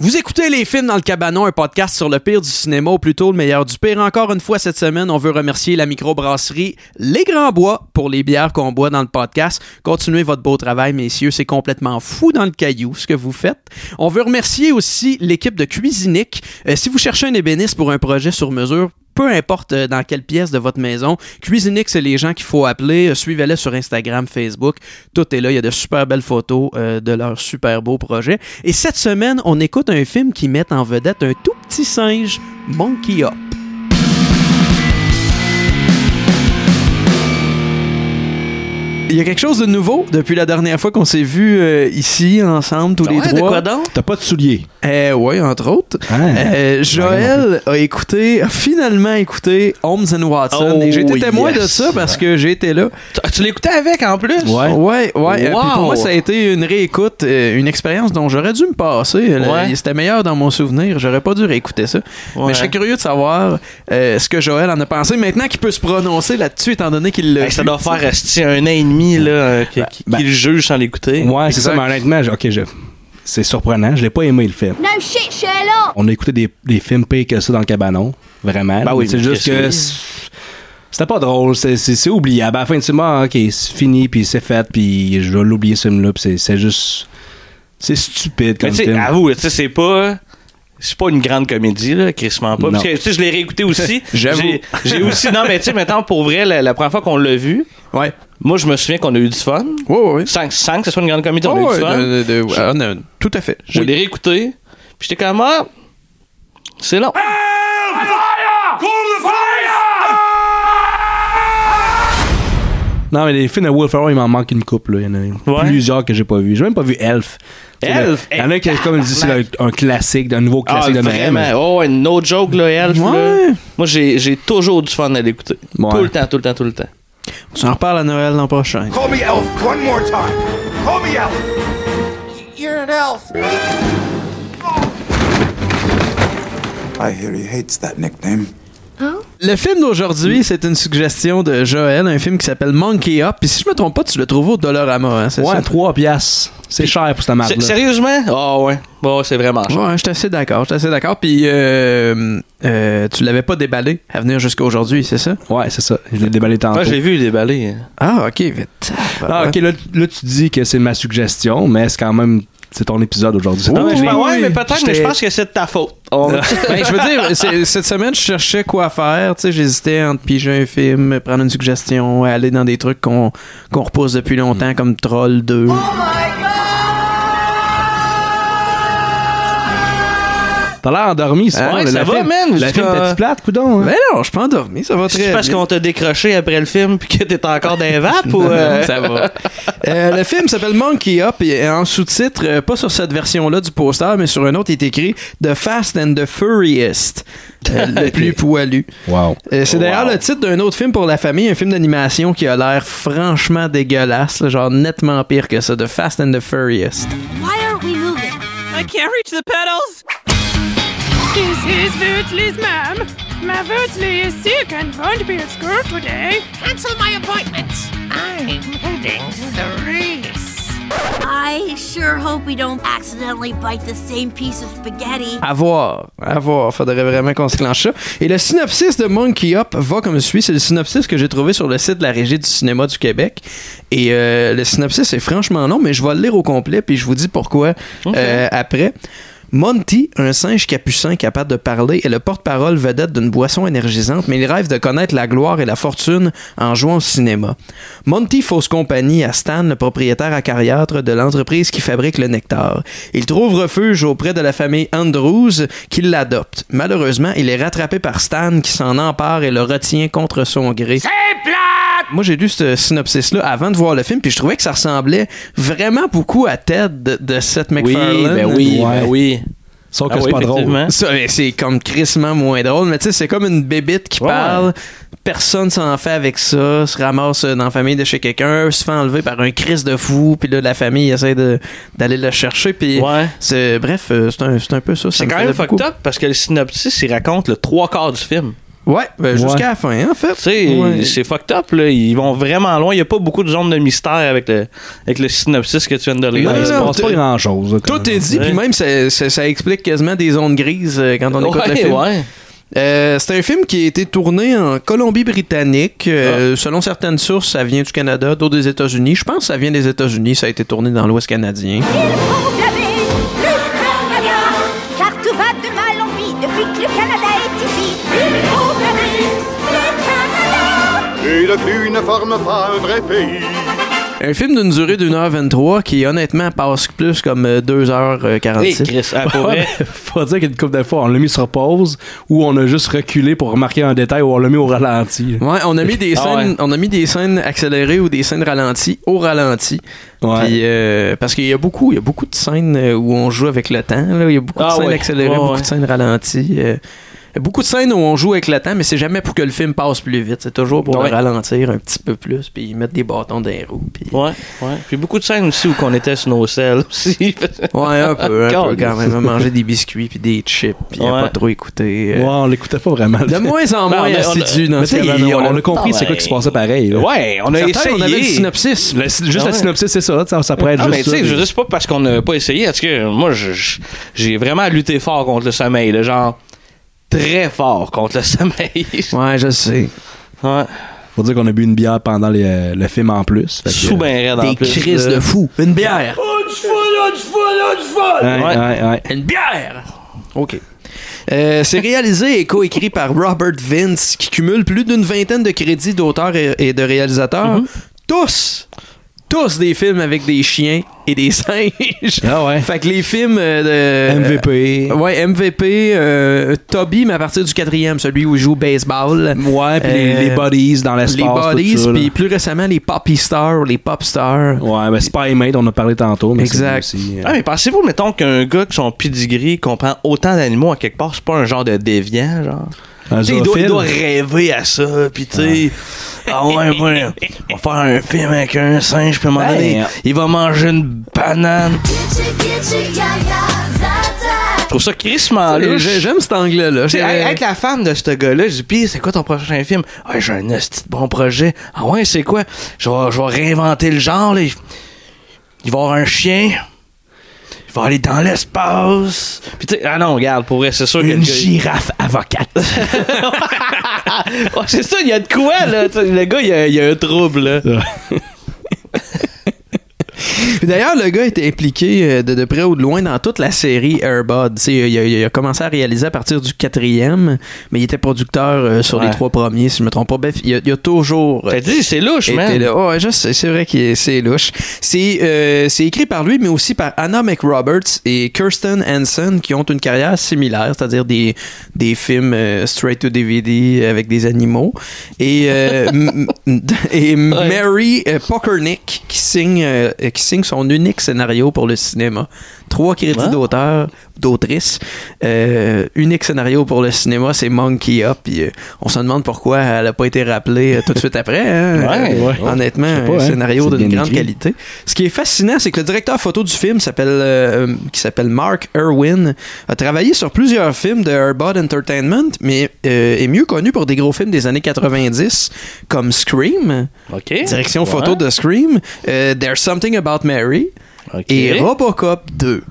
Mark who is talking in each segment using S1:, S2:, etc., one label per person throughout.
S1: Vous écoutez Les Films dans le Cabanon, un podcast sur le pire du cinéma, ou plutôt le meilleur du pire. Encore une fois, cette semaine, on veut remercier la microbrasserie Les Grands Bois pour les bières qu'on boit dans le podcast. Continuez votre beau travail, messieurs. C'est complètement fou dans le caillou, ce que vous faites. On veut remercier aussi l'équipe de Cuisinic. Euh, si vous cherchez un ébéniste pour un projet sur mesure, peu importe euh, dans quelle pièce de votre maison, Cuisinic, c'est les gens qu'il faut appeler. Euh, Suivez-les sur Instagram, Facebook. Tout est là. Il y a de super belles photos euh, de leur super beau projet. Et cette semaine, on écoute un film qui met en vedette un tout petit singe, Monkey Up. Il y a quelque chose de nouveau depuis la dernière fois qu'on s'est vu euh, ici ensemble tous les
S2: Ah Ouais, de
S1: trois.
S2: quoi donc?
S3: T'as pas de souliers. hein?
S1: Euh, ouais, entre autres. Euh, Joël a écouté, a finalement écouté Holmes and Watson.
S2: Oh,
S1: et j'ai été témoin
S2: yes.
S1: de ça parce que j'étais là.
S2: Tu- Tu l'écoutais avec en plus?
S3: Ouais.
S1: Ouais, ouais. euh,
S2: Wow.
S1: puis pour moi, ça a été une réécoute, euh, une expérience dont j'aurais dû me passer. Euh,
S2: Ouais.
S1: le- C'était meilleur dans mon souvenir. J'aurais pas dû réécouter ça. Mais
S2: Ouais.
S1: je serais curieux de savoir euh, ce que Joël en a pensé. Maintenant qu'il peut se prononcer là-dessus, étant donné qu'il l'a.
S2: Hey, ça
S1: vu,
S2: doit
S1: tu sais.
S2: faire esti, un an et demi là, euh, qui, qui-
S3: Ben-
S2: qui le juge sans l'écouter.
S3: Ouais, c'est
S1: Exact.
S3: ça, mais honnêtement, je- ok, je- c'est surprenant. Je l'ai pas aimé le film.
S4: No shit, Sherlock!
S3: On a écouté des, des films pires que ça dans le cabanon. Vraiment.
S2: Ben oui,
S3: c'est
S2: mais
S3: juste
S2: qu'est-ce
S3: que.
S2: que-
S3: c'est- C'était pas drôle, c'est- c'est c'est oubliable. À la fin, tu sais, moi, ok, c'est fini, puis c'est fait, puis je vais l'oublier ce film-là, puis c'est- c'est juste. C'est stupide
S2: Mais
S3: comme
S2: tu sais, ah
S3: film.
S2: avoue, tu sais, c'est pas. C'est pas une grande comédie, là, crissement pas. Parce
S3: Non.
S2: que, tu sais, je l'ai réécouté aussi.
S1: J'avoue.
S2: J'ai- J'ai aussi. Non, mais tu sais, maintenant, pour vrai, la, la première fois qu'on l'a vu,
S1: Ouais.
S2: moi, je me souviens qu'on a eu du fun.
S1: Ouais, ouais, ouais.
S2: Sans, sans que ce soit une grande comédie, on
S3: Oh,
S1: Ouais,
S2: a eu du fun.
S1: de- de- de-
S2: Je-
S1: ah, non, tout à fait.
S2: Je
S1: Oui.
S2: l'ai réécouté. Puis j'étais comme, ah, c'est long.
S3: Ah, Non, mais les films de Will Ferrell, il m'en manque une coupe, là. Il y en a
S2: Ouais.
S3: plusieurs que j'ai pas vu. J'ai même pas vu Elf.
S2: Elf? Eh,
S3: Il y en a qui, comme je dis, c'est le- un classique, un nouveau
S2: Ah,
S3: classique de Noël.
S2: vraiment.
S3: mais-
S2: Oh, ouais, no joke, là, Elf.
S1: Ouais.
S2: là. Moi, j'ai j'ai toujours du fun à l'écouter.
S3: Ouais.
S2: Tout le temps, tout le temps, tout le temps.
S1: On s'en reparle à Noël l'an prochain.
S5: Call me Elf one more time. Call me Elf.
S6: You're an elf.
S5: Oh. I hear he hates that nickname.
S1: Le film d'aujourd'hui, c'est une suggestion de Joël, un film qui s'appelle Monkey Up. Puis si je me trompe pas, tu le trouves au Dollarama, hein, c'est
S3: Ouais,
S1: ça?
S3: 3 piastres. C'est cher pour cette marque
S2: C'est-
S3: là
S2: Sérieusement? Ah, ouais. Bon, c'est vraiment cher.
S1: Ouais, je suis assez d'accord, je suis assez d'accord. Puis euh, euh, tu l'avais pas déballé à venir jusqu'à aujourd'hui, c'est ça?
S3: Ouais, c'est ça. Je l'ai déballé tantôt.
S2: Moi, j'ai vu hein. déballer.
S1: Ah, ok, vite.
S3: Ah, ok, là, là, tu dis que c'est ma suggestion, mais c'est quand même. C'est ton épisode aujourd'hui. c'est
S1: Non,
S3: ton-
S1: mais je pense-
S2: ouais, mais
S3: peut-être,
S2: peut-être,
S3: mais
S2: mais
S3: je
S2: je
S3: pense
S2: pense que c'est de ta faute.
S1: Ben, je veux dire, c'est- cette semaine, je cherchais quoi faire. Tu sais, j'hésitais entre piger un film, prendre une suggestion, aller dans des trucs qu'on qu'on repousse depuis longtemps, comme Troll 2.
S3: T'as l'air endormi, c'est
S1: Ah,
S3: vrai,
S2: ouais,
S3: le-
S2: ça
S3: le
S2: va,
S3: film-
S2: man,
S3: Le
S2: jusqu'à-
S3: film Petite Plate, coudon. hein?
S1: Ben non, je suis pas endormi, ça va très
S2: C'est
S1: bien.
S2: parce qu'on t'a décroché après le film puis que t'es encore dans les vapes ou. euh,
S1: Ça va. Euh, le film s'appelle Monkey Up et en sous-titre, euh, pas sur cette version-là du poster, mais sur un autre, il est écrit The Fast and the Furriest, euh, le plus poilu.
S3: Wow.
S1: Euh, c'est d'ailleurs
S2: Wow.
S1: le titre d'un autre film pour la famille, un film d'animation qui a l'air franchement dégueulasse, là, genre nettement pire que ça, The Fast and the Furriest.
S4: Why aren't we moving?
S7: I can't reach the pedals. This is Vertley's ma'am. My Vertley is sick and won't be at school today.
S8: Cancel my appointments. I'm heading to the race.
S4: I sure hope we don't accidentally bite the same piece of spaghetti.
S1: À voir, à voir, faudrait vraiment qu'on se clenche ça. Et le synopsis de Monkey Up va comme suit. C'est le synopsis que j'ai trouvé sur le site de la Régie du cinéma du Québec. Et euh, le synopsis est franchement long, mais je vais le lire au complet, puis je vous dis pourquoi euh, après. Monty, un singe capucin capable de parler, est le porte-parole vedette d'une boisson énergisante, mais il rêve de connaître la gloire et la fortune en jouant au cinéma. Monty fausse compagnie à Stan, le propriétaire acariâtre de l'entreprise qui fabrique le nectar. Il trouve refuge auprès de la famille Andrews qui l'adopte. Malheureusement, il est rattrapé par Stan qui s'en empare et le retient contre son gré. Moi, j'ai lu ce synopsis-là avant de voir le film, puis je trouvais que ça ressemblait vraiment beaucoup à Ted de, de hein. Seth MacFarlane.
S3: Ouais.
S2: ben oui.
S3: Sauf que
S2: Ah
S3: c'est
S2: oui,
S3: pas drôle.
S2: effectivement.
S1: Ça, mais c'est comme crissement moins drôle, mais tu sais, c'est comme une bébite qui
S2: Ouais.
S1: parle. Personne s'en fait avec ça, se ramasse euh, dans la famille de chez quelqu'un, se fait enlever par un Chris de fou, puis là, la famille essaie de- d'aller le chercher, puis.
S2: Ouais.
S1: c'est- Bref, euh, c'est un, c'est un peu ça. ça
S2: C'est
S1: me
S2: quand
S1: faisait
S2: même fucked
S1: beaucoup.
S2: up parce que le synopsis, il raconte le trois quarts du film.
S1: Ouais, ben,
S3: Ouais.
S1: jusqu'à la fin, en fait.
S2: Tu sais,
S1: Ouais.
S2: c'est fucked up, là. Ils vont vraiment loin. Il n'y a pas beaucoup de zones de mystère avec le, avec le synopsis que tu viens de lire.
S1: Non,
S3: il se
S1: non,
S3: passe
S1: tout-
S3: pas grand chose.
S1: Tout est dit,
S2: Ouais.
S1: puis même ça, ça- ça explique quasiment des ondes grises euh, quand on écoute le
S2: ouais,
S1: film.
S2: ouais.
S1: Euh, c'est un film qui a été tourné en Colombie-Britannique.
S2: Ah.
S1: Euh, Selon certaines sources, ça vient du Canada, d'autres des États-Unis. Je pense que ça vient des États-Unis. Ça a été tourné dans l'Ouest canadien.
S4: faut y aller, vite, Canada, car tout va de mal en pis depuis que le Canada est ici. Il faut y aller, vite, Canada.
S9: Et le plus ne forme pas un vrai pays.
S1: Un film d'une durée d'une heure 23 qui, honnêtement, passe plus comme euh, 2h46.
S2: Hey, Chris, ah, pour vrai.
S3: Faut dire qu'une couple de fois, on l'a mis sur pause ou on a juste reculé pour remarquer un détail ou on l'a mis au ralenti. là.
S1: Ouais, on a mis des
S2: Ah
S1: scènes,
S2: ouais.
S1: on a mis des scènes accélérées ou des scènes ralenties au ralenti.
S3: Ouais.
S1: Puis, euh, parce qu'il y a beaucoup, il y a beaucoup de scènes euh, où on joue avec le temps. là. Il y a beaucoup de
S2: Ah
S1: scènes
S2: ouais.
S1: accélérées,
S2: Ouais,
S1: beaucoup
S2: ouais.
S1: de scènes ralenties. euh. Il y a beaucoup de scènes où on joue avec le temps, mais c'est jamais pour que le film passe plus vite. C'est toujours pour
S2: Ouais.
S1: le ralentir un petit peu plus, puis mettre des bâtons dans les roues. puis-
S2: Ouais, ouais. Puis beaucoup de scènes aussi où qu'on était sur nos selles aussi.
S1: Ouais, un peu, un peu
S2: Calme.
S1: quand même. Manger des biscuits puis des chips, puis à
S2: Ouais.
S1: pas trop écouter.
S3: Ouais,
S1: euh.
S3: on l'écoutait pas vraiment.
S1: De moins en
S2: Ben,
S1: moins
S2: on a- on a-
S1: assidu dans
S3: Mais
S1: ce
S3: tu sais, il-
S1: cabanon-là.
S3: on a compris c'est quoi qui se passait pareil. là.
S2: Ouais, on a
S1: Certains,
S2: essayé.
S1: on avait le synopsis.
S3: Le- juste
S2: Ah
S3: la
S2: ouais.
S3: synopsis, c'est ça. tu sais, Ça pourrait être
S2: Ah, mais
S3: juste.
S2: tu
S3: ça,
S2: sais,
S3: puis-
S2: je sais pas parce qu'on n'a pas essayé. Parce que moi, je- je- j'ai vraiment lutté fort contre le sommeil. là, genre, très fort contre le sommeil.
S1: Ouais, je sais.
S2: ouais.
S3: Faut dire qu'on a bu une bière pendant les- euh, le film en plus. Fait que- euh,
S2: Sous ben raide en
S1: Des
S2: plus,
S1: crises
S2: là.
S1: de fou. Une bière.
S3: Ouais,
S2: Ouais.
S3: ouais, ouais.
S1: Une bière! OK. Euh, c'est réalisé et coécrit par Robert Vince, qui cumule plus d'une vingtaine de crédits d'auteurs et, et de
S3: Mhm.
S1: réalisateurs. Tous! Tous des films avec des chiens et des singes.
S3: Ah ouais.
S1: Fait que les films euh, de...
S3: MVP.
S1: Ouais, MVP. euh, Toby, mais à partir du quatrième, celui où il joue au baseball.
S3: Ouais, puis les,
S1: Euh,
S3: les bodies dans l'espace.
S1: Les
S3: tout
S1: Bodies,
S3: ça, là.
S1: puis plus récemment, les Poppy Stars, les Pop Stars.
S3: Ouais, mais Spy-Mate, on en a parlé tantôt. Mais
S1: Exact.
S3: c'est lui aussi, euh.
S2: Ah, mais pensez-vous, mettons, qu'un gars qui son pedigree comprend autant d'animaux à quelque part, c'est pas un genre de déviant, genre.
S3: Un
S2: Tu sais, il, doit,
S3: zoophile.
S2: il doit rêver à ça, pis tu sais. Ah ouais, ouais, on va faire un film avec un singe, puis à un moment donné,
S3: Ben,
S2: il va manger une banane.
S4: Gitchy, gitchy, gaga, zaza.
S2: Je trouve ça crissement
S3: Ah,
S1: J'ai-
S2: louche.
S1: J'aime cet angle-là.
S2: Tu sais,
S1: J'ai-
S2: être la femme de ce gars-là, je dis, pis c'est quoi ton prochain film? Ah, j'ai un esti de bon projet. Ah ouais, c'est quoi? Je vais, je vais réinventer le genre, là. Il il va avoir un chien. Il va aller dans l'espace. Puis tu sais, ah non, regarde, pour vrai, c'est sûr que. le
S3: Une
S2: gars-
S3: girafe avocate.
S2: Ouais, c'est ça, il y a de quoi, là? Tu sais, Le gars, il y a, il y a un trouble, là.
S1: Puis d'ailleurs, le gars était impliqué euh, de, de près ou de loin dans toute la série Airbud. Tu sais, Il a, il a commencé à réaliser à partir du quatrième, mais il était producteur euh, sur les
S2: Ouais.
S1: trois premiers, si je me trompe pas. Bref, il a, il a toujours. euh,
S2: T'as dit, c'est louche,
S1: été
S2: man.
S1: là. Ouais, je sais, c'est vrai que c'est louche. C'est euh, c'est écrit par lui, mais aussi par Anna McRoberts et Kirsten Hanson, qui ont une carrière similaire, c'est-à-dire des, des films euh, straight to DVD avec des animaux. Et, euh, m- m- et Mary euh, Pokernick, qui signe, euh, qui signe son unique scénario pour le cinéma. Trois crédits
S2: Ah.
S1: d'auteur, d'autrice. Euh, unique scénario pour le cinéma, c'est Monkey Up. Puis, euh, on se demande pourquoi elle n'a pas été rappelée euh, tout de suite après. hein.
S2: Ouais,
S1: Euh,
S2: ouais.
S1: Honnêtement,
S3: Je sais pas,
S1: un
S3: hein.
S1: scénario
S3: C'est
S1: d'une
S3: bien
S1: grande
S3: écrit.
S1: qualité. Ce qui est fascinant, c'est que le directeur photo du film s'appelle euh, euh, qui s'appelle Mark Irwin a travaillé sur plusieurs films de Airbud Entertainment, mais euh, est mieux connu pour des gros films des années 90 comme Scream,
S2: OK.
S1: direction photo de Scream, euh, There's Something About Mary
S2: OK.
S1: et Robocop 2.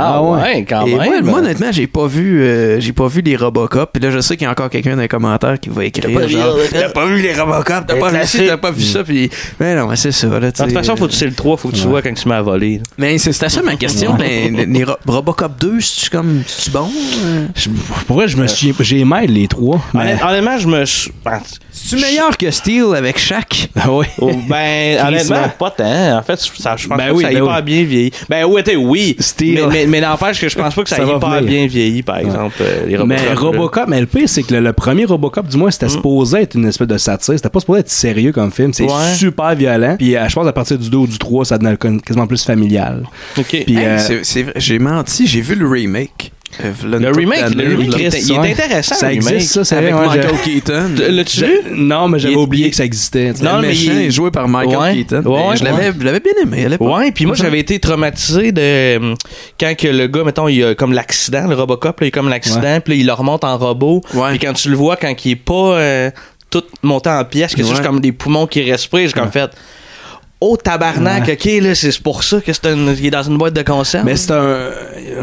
S2: Ah ouais, quand
S1: Et moi,
S2: même.
S1: moi, honnêtement, j'ai pas vu euh, j'ai pas vu les Robocop. Puis là, je sais qu'il y a encore quelqu'un dans les commentaires qui va écrire genre t'as pas vu les Robocop, t'as pas vu ci, t'as pas vu ça puis mais non, mais c'est ça là, tu
S2: de toute
S1: sais,
S2: façon, faut que tu sais le 3, faut que tu vois quand tu mets à voler. là.
S1: Mais c'est c'était ça ma question, les, les- les Ro- Robocop 2, c'est comme c'est bon euh?
S3: Je- Pour vrai, je me suis. J'ai mal les trois. Mais...
S2: Honnêt- Honnêtement, je me suis. ben,
S1: C'est meilleur que Steel avec Shaq.
S3: Ah ouais.
S2: Oh, ben, honnêtement,
S3: Crissement.
S2: pas tant. hein. En fait, ça, je pense
S3: Ben
S2: pas
S3: oui,
S2: que ça
S3: ben
S2: y pas
S3: oui.
S2: bien vieilli. Ben oui, t'sais, oui.
S3: Steel.
S2: Mais, mais, mais n'empêche que je pense pas que ça,
S3: Ça
S2: y
S3: va
S2: pas
S3: venir.
S2: bien vieilli, par exemple, euh, les Robocop.
S3: Mais
S2: là. Mm.
S3: Robocop, mais le pire, c'est que le, le premier Robocop, du moins, c'était supposé être une espèce de satire. C'était pas supposé être sérieux comme film. C'est
S2: Ouais.
S3: super violent. Puis euh, je pense à partir du 2 ou du 3, ça devenait con- quasiment plus familial.
S2: OK.
S3: Puis,
S1: Hey,
S3: euh,
S1: c'est- c'est vrai, j'ai menti, j'ai vu le remake. euh, v'là une
S2: Le
S1: couple
S2: remake, le
S1: d'années,
S2: remake,
S1: v'là-
S2: il est- il est intéressant.
S3: Ça
S2: le remake.
S3: existe, ça, c'est
S1: avec
S3: vrai, ouais,
S1: Michael
S3: j'ai-
S1: Keaton.
S2: Tu- L'as-tu
S3: j'ai-
S2: vu?
S3: Non, mais j'avais
S2: Il est-
S3: oublié
S2: il est-
S3: que ça existait. tu sais.
S1: Le
S2: Non, mais
S1: méchant
S2: il-
S1: est joué par Michael
S2: Ouais.
S1: Keaton.
S2: Ouais,
S1: Et je l'avais,
S2: ouais.
S1: je l'avais bien aimé à l'époque.
S2: Ouais, puis moi j'avais été traumatisé de hum, quand que le gars mettons il a comme l'accident, le Robocop, là, il a comme l'accident, puis là, il le remonte en robot.
S1: Ouais.
S2: Puis quand tu le vois quand il est pas euh, tout monté en pièces, que c'est
S1: Ouais.
S2: juste comme des poumons qui respirent, j'ai comme fait Oh tabarnak, ok là, c'est pour ça que c'est un- il est dans une boîte de concert.
S3: Mais c'est un. euh,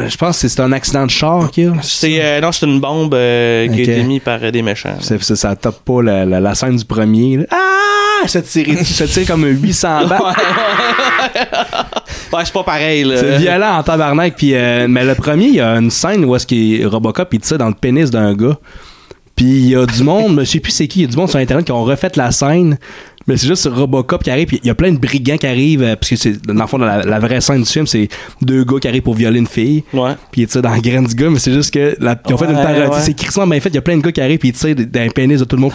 S3: Je pense que c'est un accident de char qu'il y a.
S2: c'est euh, non, c'est une bombe euh, qui
S3: Ok.
S2: a été mise par euh, des méchants.
S3: Ça, ça, ça tape pas la, la- la scène du premier. là. Ah! Ça tire, ça tire comme un 800 balles.
S2: Ouais, c'est pas pareil là.
S3: C'est violent en tabarnak. Puis, euh, mais le premier, il y a une scène où est-ce que Robocop, il tire dans le pénis d'un gars. Puis il y a du monde, je sais plus c'est qui, il y a du monde sur Internet qui ont refait la scène. Mais c'est juste Robocop qui arrive, puis il y a plein de brigands qui arrivent, euh, parce que c'est, dans le fond, la, la vraie scène du film, c'est deux gars qui arrivent pour violer une fille.
S2: Ouais.
S3: Puis ils tirent dans la graine du gars, mais c'est juste que, la, ils ont fait une
S2: Ouais,
S3: parodie.
S2: ouais.
S3: C'est crissement bien fait, il y a plein de gars qui arrivent, puis ils tirent d'un pénis de tout le monde.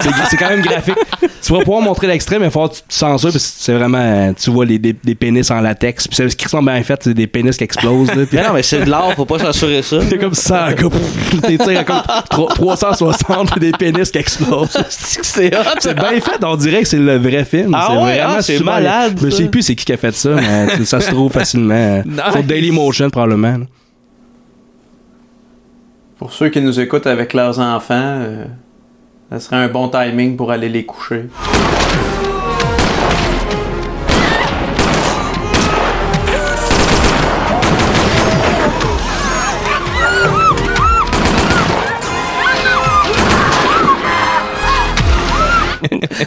S3: c'est, c'est quand même graphique. Tu vas pouvoir montrer l'extrait, mais il faut que tu te censures, parce que c'est vraiment, euh, tu vois les, des, des pénis en latex, puis c'est crissement bien fait, c'est des pénis qui explosent, là, puis-
S2: Mais non, mais c'est de l'art, faut pas s'assurer ça.
S3: T'es comme 100 gars, pff, t'es tiré comme tro- 360 des pénis qui explosent.
S2: c'est hot.
S3: C'est bien fait, on dirait que c'est le vrai film.
S2: Ah
S3: c'est
S2: ouais,
S3: vraiment
S2: ah, c'est
S3: super-
S2: malade,
S3: Je sais
S2: ça.
S3: plus c'est qui qui a fait ça, mais ça se trouve facilement. Sur Dailymotion, probablement. là.
S10: Pour ceux qui nous écoutent avec leurs enfants, euh, ça serait un bon timing pour aller les coucher.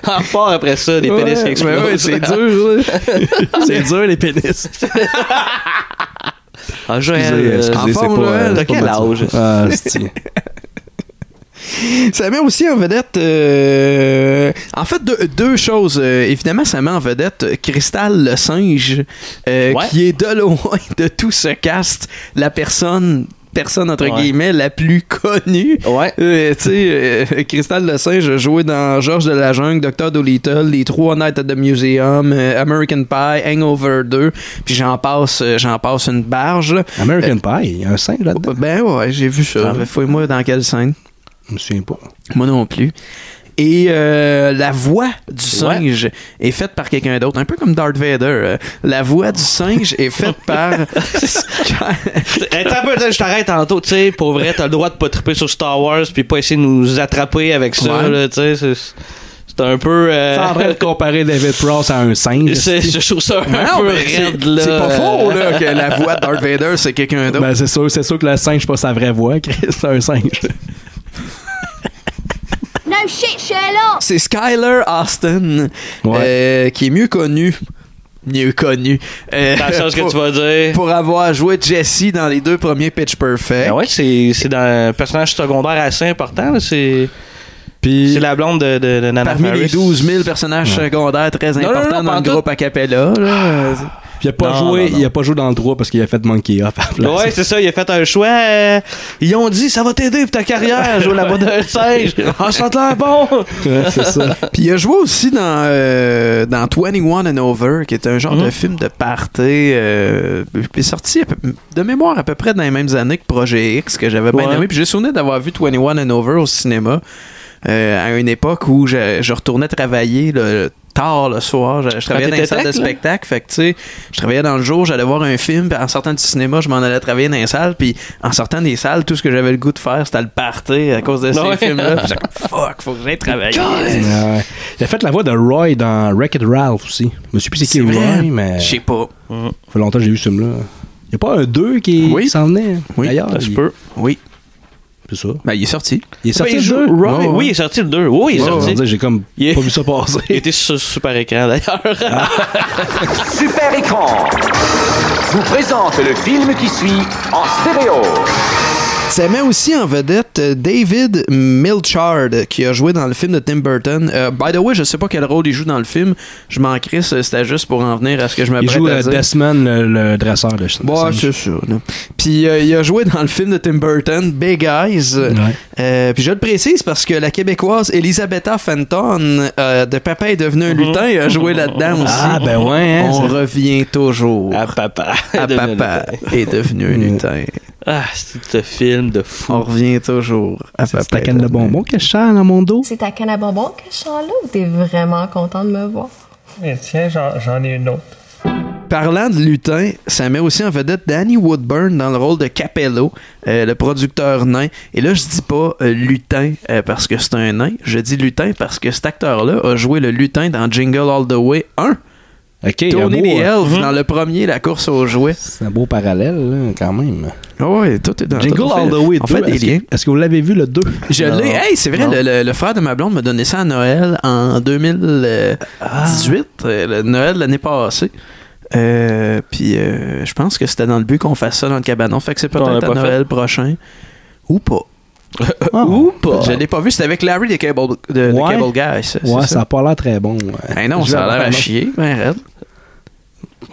S2: En part après ça, des pénis qui explosent. hein.
S3: Ouais, ouais, c'est dur, là. C'est dur, les pénis.
S2: Ah, Joël,
S3: Excusez,
S2: euh,
S3: excusez,
S2: en
S3: c'est
S2: forme,
S3: pas.
S2: là,
S3: euh,
S2: de
S3: c'est pas
S2: quel
S3: mature.
S2: âge?
S3: Ah, c'est-tu.
S1: Ça met aussi en vedette. euh, En fait, deux, deux choses. Euh, évidemment, ça met en vedette euh, Cristal le singe, euh,
S2: Ouais.
S1: qui est de loin de tout ce cast la personne personne entre
S2: Ouais.
S1: guillemets la plus connue
S2: Ouais.
S1: Euh, tu sais euh, Cristal le singe a joué dans Georges de la jungle Docteur Dolittle les trois Nights at the Museum euh, American Pie Hangover 2 puis j'en passe euh, j'en passe une barge là.
S3: American Pie, il y a un singe là-dedans.
S1: ben ouais j'ai vu ça
S3: Ah.
S1: Mais fouille-moi dans quelle scène
S3: Je me souviens pas.
S2: Euh,
S1: moi non plus. Et euh, la voix du singe est faite par quelqu'un d'autre, un peu comme Darth Vader. euh, la voix du singe est faite par.
S2: Hey, attends un peu, attends, je t'arrête tantôt. Tu sais, pour vrai, t'as le droit de pas triper sur Star Wars puis pas essayer de nous attraper avec ça.
S1: Ouais.
S2: là, Tu sais, c'est- c'est un peu. euh,
S3: T'es en train de comparer David Ross à un singe.
S2: c'est- je trouve ça un
S1: Ah Non,
S2: peu
S1: mais c'est-
S2: raide, là.
S1: C'est pas faux là que la voix de Darth Vader c'est quelqu'un d'autre.
S3: Ben, c'est sûr, c'est sûr que le singe, c'est pas sa vraie voix, Chris. C'est un singe.
S4: No shit, Sherlock!
S1: C'est Skyler Austin
S3: Ouais.
S1: euh, qui est mieux connu, mieux connu. euh,
S2: Dans la chose que
S1: pour-
S2: tu vas dire.
S1: Pour avoir joué Jesse dans les deux premiers Pitch Perfect.
S2: Ben ouais, c'est c'est dans un personnage secondaire assez important. là, C'est
S3: Puis,
S2: c'est la blonde de, de, de Nana
S1: Parmi les
S2: Faris.
S1: 12 000 personnages secondaires très
S2: non,
S1: importants
S2: non, pas
S1: dans
S2: en
S1: le
S2: tout.
S1: groupe a cappella. là.
S3: il a pas
S2: Non,
S3: joué,
S2: non, non.
S3: il a pas joué dans le 3 parce qu'il a fait Monkey Up à la place.
S2: Ouais, c'est ça, il a fait un choix. euh, ils ont dit, ça va t'aider pour ta carrière, jouer la voix d'un singe. Ah, ça te l'air bon!
S3: Ouais, c'est ça.
S1: Puis il a joué aussi dans, euh, dans 21 and Over, qui est un genre de
S2: Mhm.
S1: film de party, euh, qui est sorti à peu- de mémoire à peu près dans les mêmes années que Projet X, que j'avais bien
S2: Ouais.
S1: aimé. Puis j'ai souvenir d'avoir vu 21 and Over au cinéma euh, à une époque où je, je retournais travailler là, tard le soir. Je, je travaillais dans
S2: Ah, t'étais
S1: une salle de
S2: tech, là?
S1: spectacle, fait que tu sais, je travaillais dans le jour, j'allais voir un film, puis en sortant du cinéma, je m'en allais travailler dans les salles, puis en sortant des salles, tout ce que j'avais le goût de faire, c'était le party à cause de
S2: Ouais.
S1: ces films-là. Puis j'étais comme, fuck, faut que j'aille travailler.
S3: Ouais. Il a fait la voix de Roy dans Wreck-It Ralph aussi. Je me suis plus c'est qui
S1: C'est vrai?
S3: Roy, mais
S1: Je
S3: ça
S1: sais pas.
S3: fait longtemps que j'ai vu ce film-là. Il y a pas un 2 qui
S1: Oui.
S3: qui s'en venait
S1: Oui,
S3: d'ailleurs.
S2: Ça se
S3: il-
S2: peut.
S1: Oui.
S3: C'est ça.
S1: Ben, il est sorti.
S3: Il est sorti
S2: Ben, il
S3: le 2.
S2: joue Roy.
S1: Ouais, ouais.
S2: Oui, il est sorti le 2. Oui, il est
S3: Ouais,
S2: sorti.
S3: on dirait que J'ai comme
S2: Il est-
S3: pas vu ça
S2: Il
S3: passer.
S2: était sur super écran d'ailleurs.
S5: Super écran vous présente le film qui suit en stéréo.
S1: Ça met aussi en vedette euh, David Milchard, euh, qui a joué dans le film de Tim Burton. Euh, by the way, je sais pas quel rôle il joue dans le film. Je m'en crisse, euh, c'était juste pour en venir à ce que je
S3: Il
S1: m'apprête
S3: joue
S1: à
S3: euh,
S1: dire.
S3: Desmond, le, le dresseur de
S1: Ouais,
S3: de-
S1: c'est ça. là. Puis euh, il a joué dans le film de Tim Burton, Big Eyes.
S3: Ouais.
S1: Euh, puis je le précise parce que la québécoise Elisabetta Fenton euh, de Papa est devenu un lutin a joué là-dedans aussi.
S3: Ah, ben ouais, hein,
S1: On
S3: ça-
S1: Ah, revient toujours.
S2: papa.
S3: Mm.
S1: à papa est devenu un lutin.
S11: Ah, c'est un film de fou.
S1: On revient toujours à
S3: C'est ta canne de bonbons que je sers dans mon dos.
S12: C'est ta canne à bonbons que je sens là ou t'es vraiment content de me voir?
S13: Mais tiens, j'en j'en ai une autre.
S1: Parlant de lutin, ça met aussi en vedette Danny Woodburn dans le rôle de Capello, euh, le producteur nain. Et là, je dis pas euh, lutin euh, parce que c'est un nain, je dis lutin parce que cet acteur-là a joué le lutin dans Jingle All the Way 1.
S3: Ok,
S1: Tony
S3: un beau,
S1: the
S3: euh,
S1: Elf
S3: mhm.
S1: dans le premier, la course aux jouets.
S3: C'est un beau parallèle, là, quand même.
S1: Ah ouais, tout est dans
S3: Jingle
S1: tout. On
S3: All
S1: fait-
S3: the Way
S1: on fait
S3: 2,
S1: des
S3: est-ce
S1: liens.
S3: que- Est-ce que vous l'avez vu, le 2?
S1: Je
S3: Non.
S1: l'ai. Hey, c'est vrai,
S3: Non.
S1: le, le- le frère de ma blonde m'a donné ça à Noël en 2018, euh, le Noël de l'année passée. Euh, puis euh, je pense que c'était dans le but qu'on fasse ça dans le cabanon. Fait que c'est
S11: On l'a
S1: peut-être
S11: pas
S1: à Noël prochain. Ou pas.
S3: Ou
S1: pas. Je l'ai pas vu, c'était avec Larry de Cable, de, de
S3: Ouais.
S1: Cable Guy. Ça,
S3: Ouais,
S1: c'est
S3: ça a
S1: ça.
S3: pas l'air très bon. ouais.
S1: Ben non,
S3: Je
S1: ça
S3: vais
S1: a l'air à
S3: vraiment-
S1: chier. Ben, raide.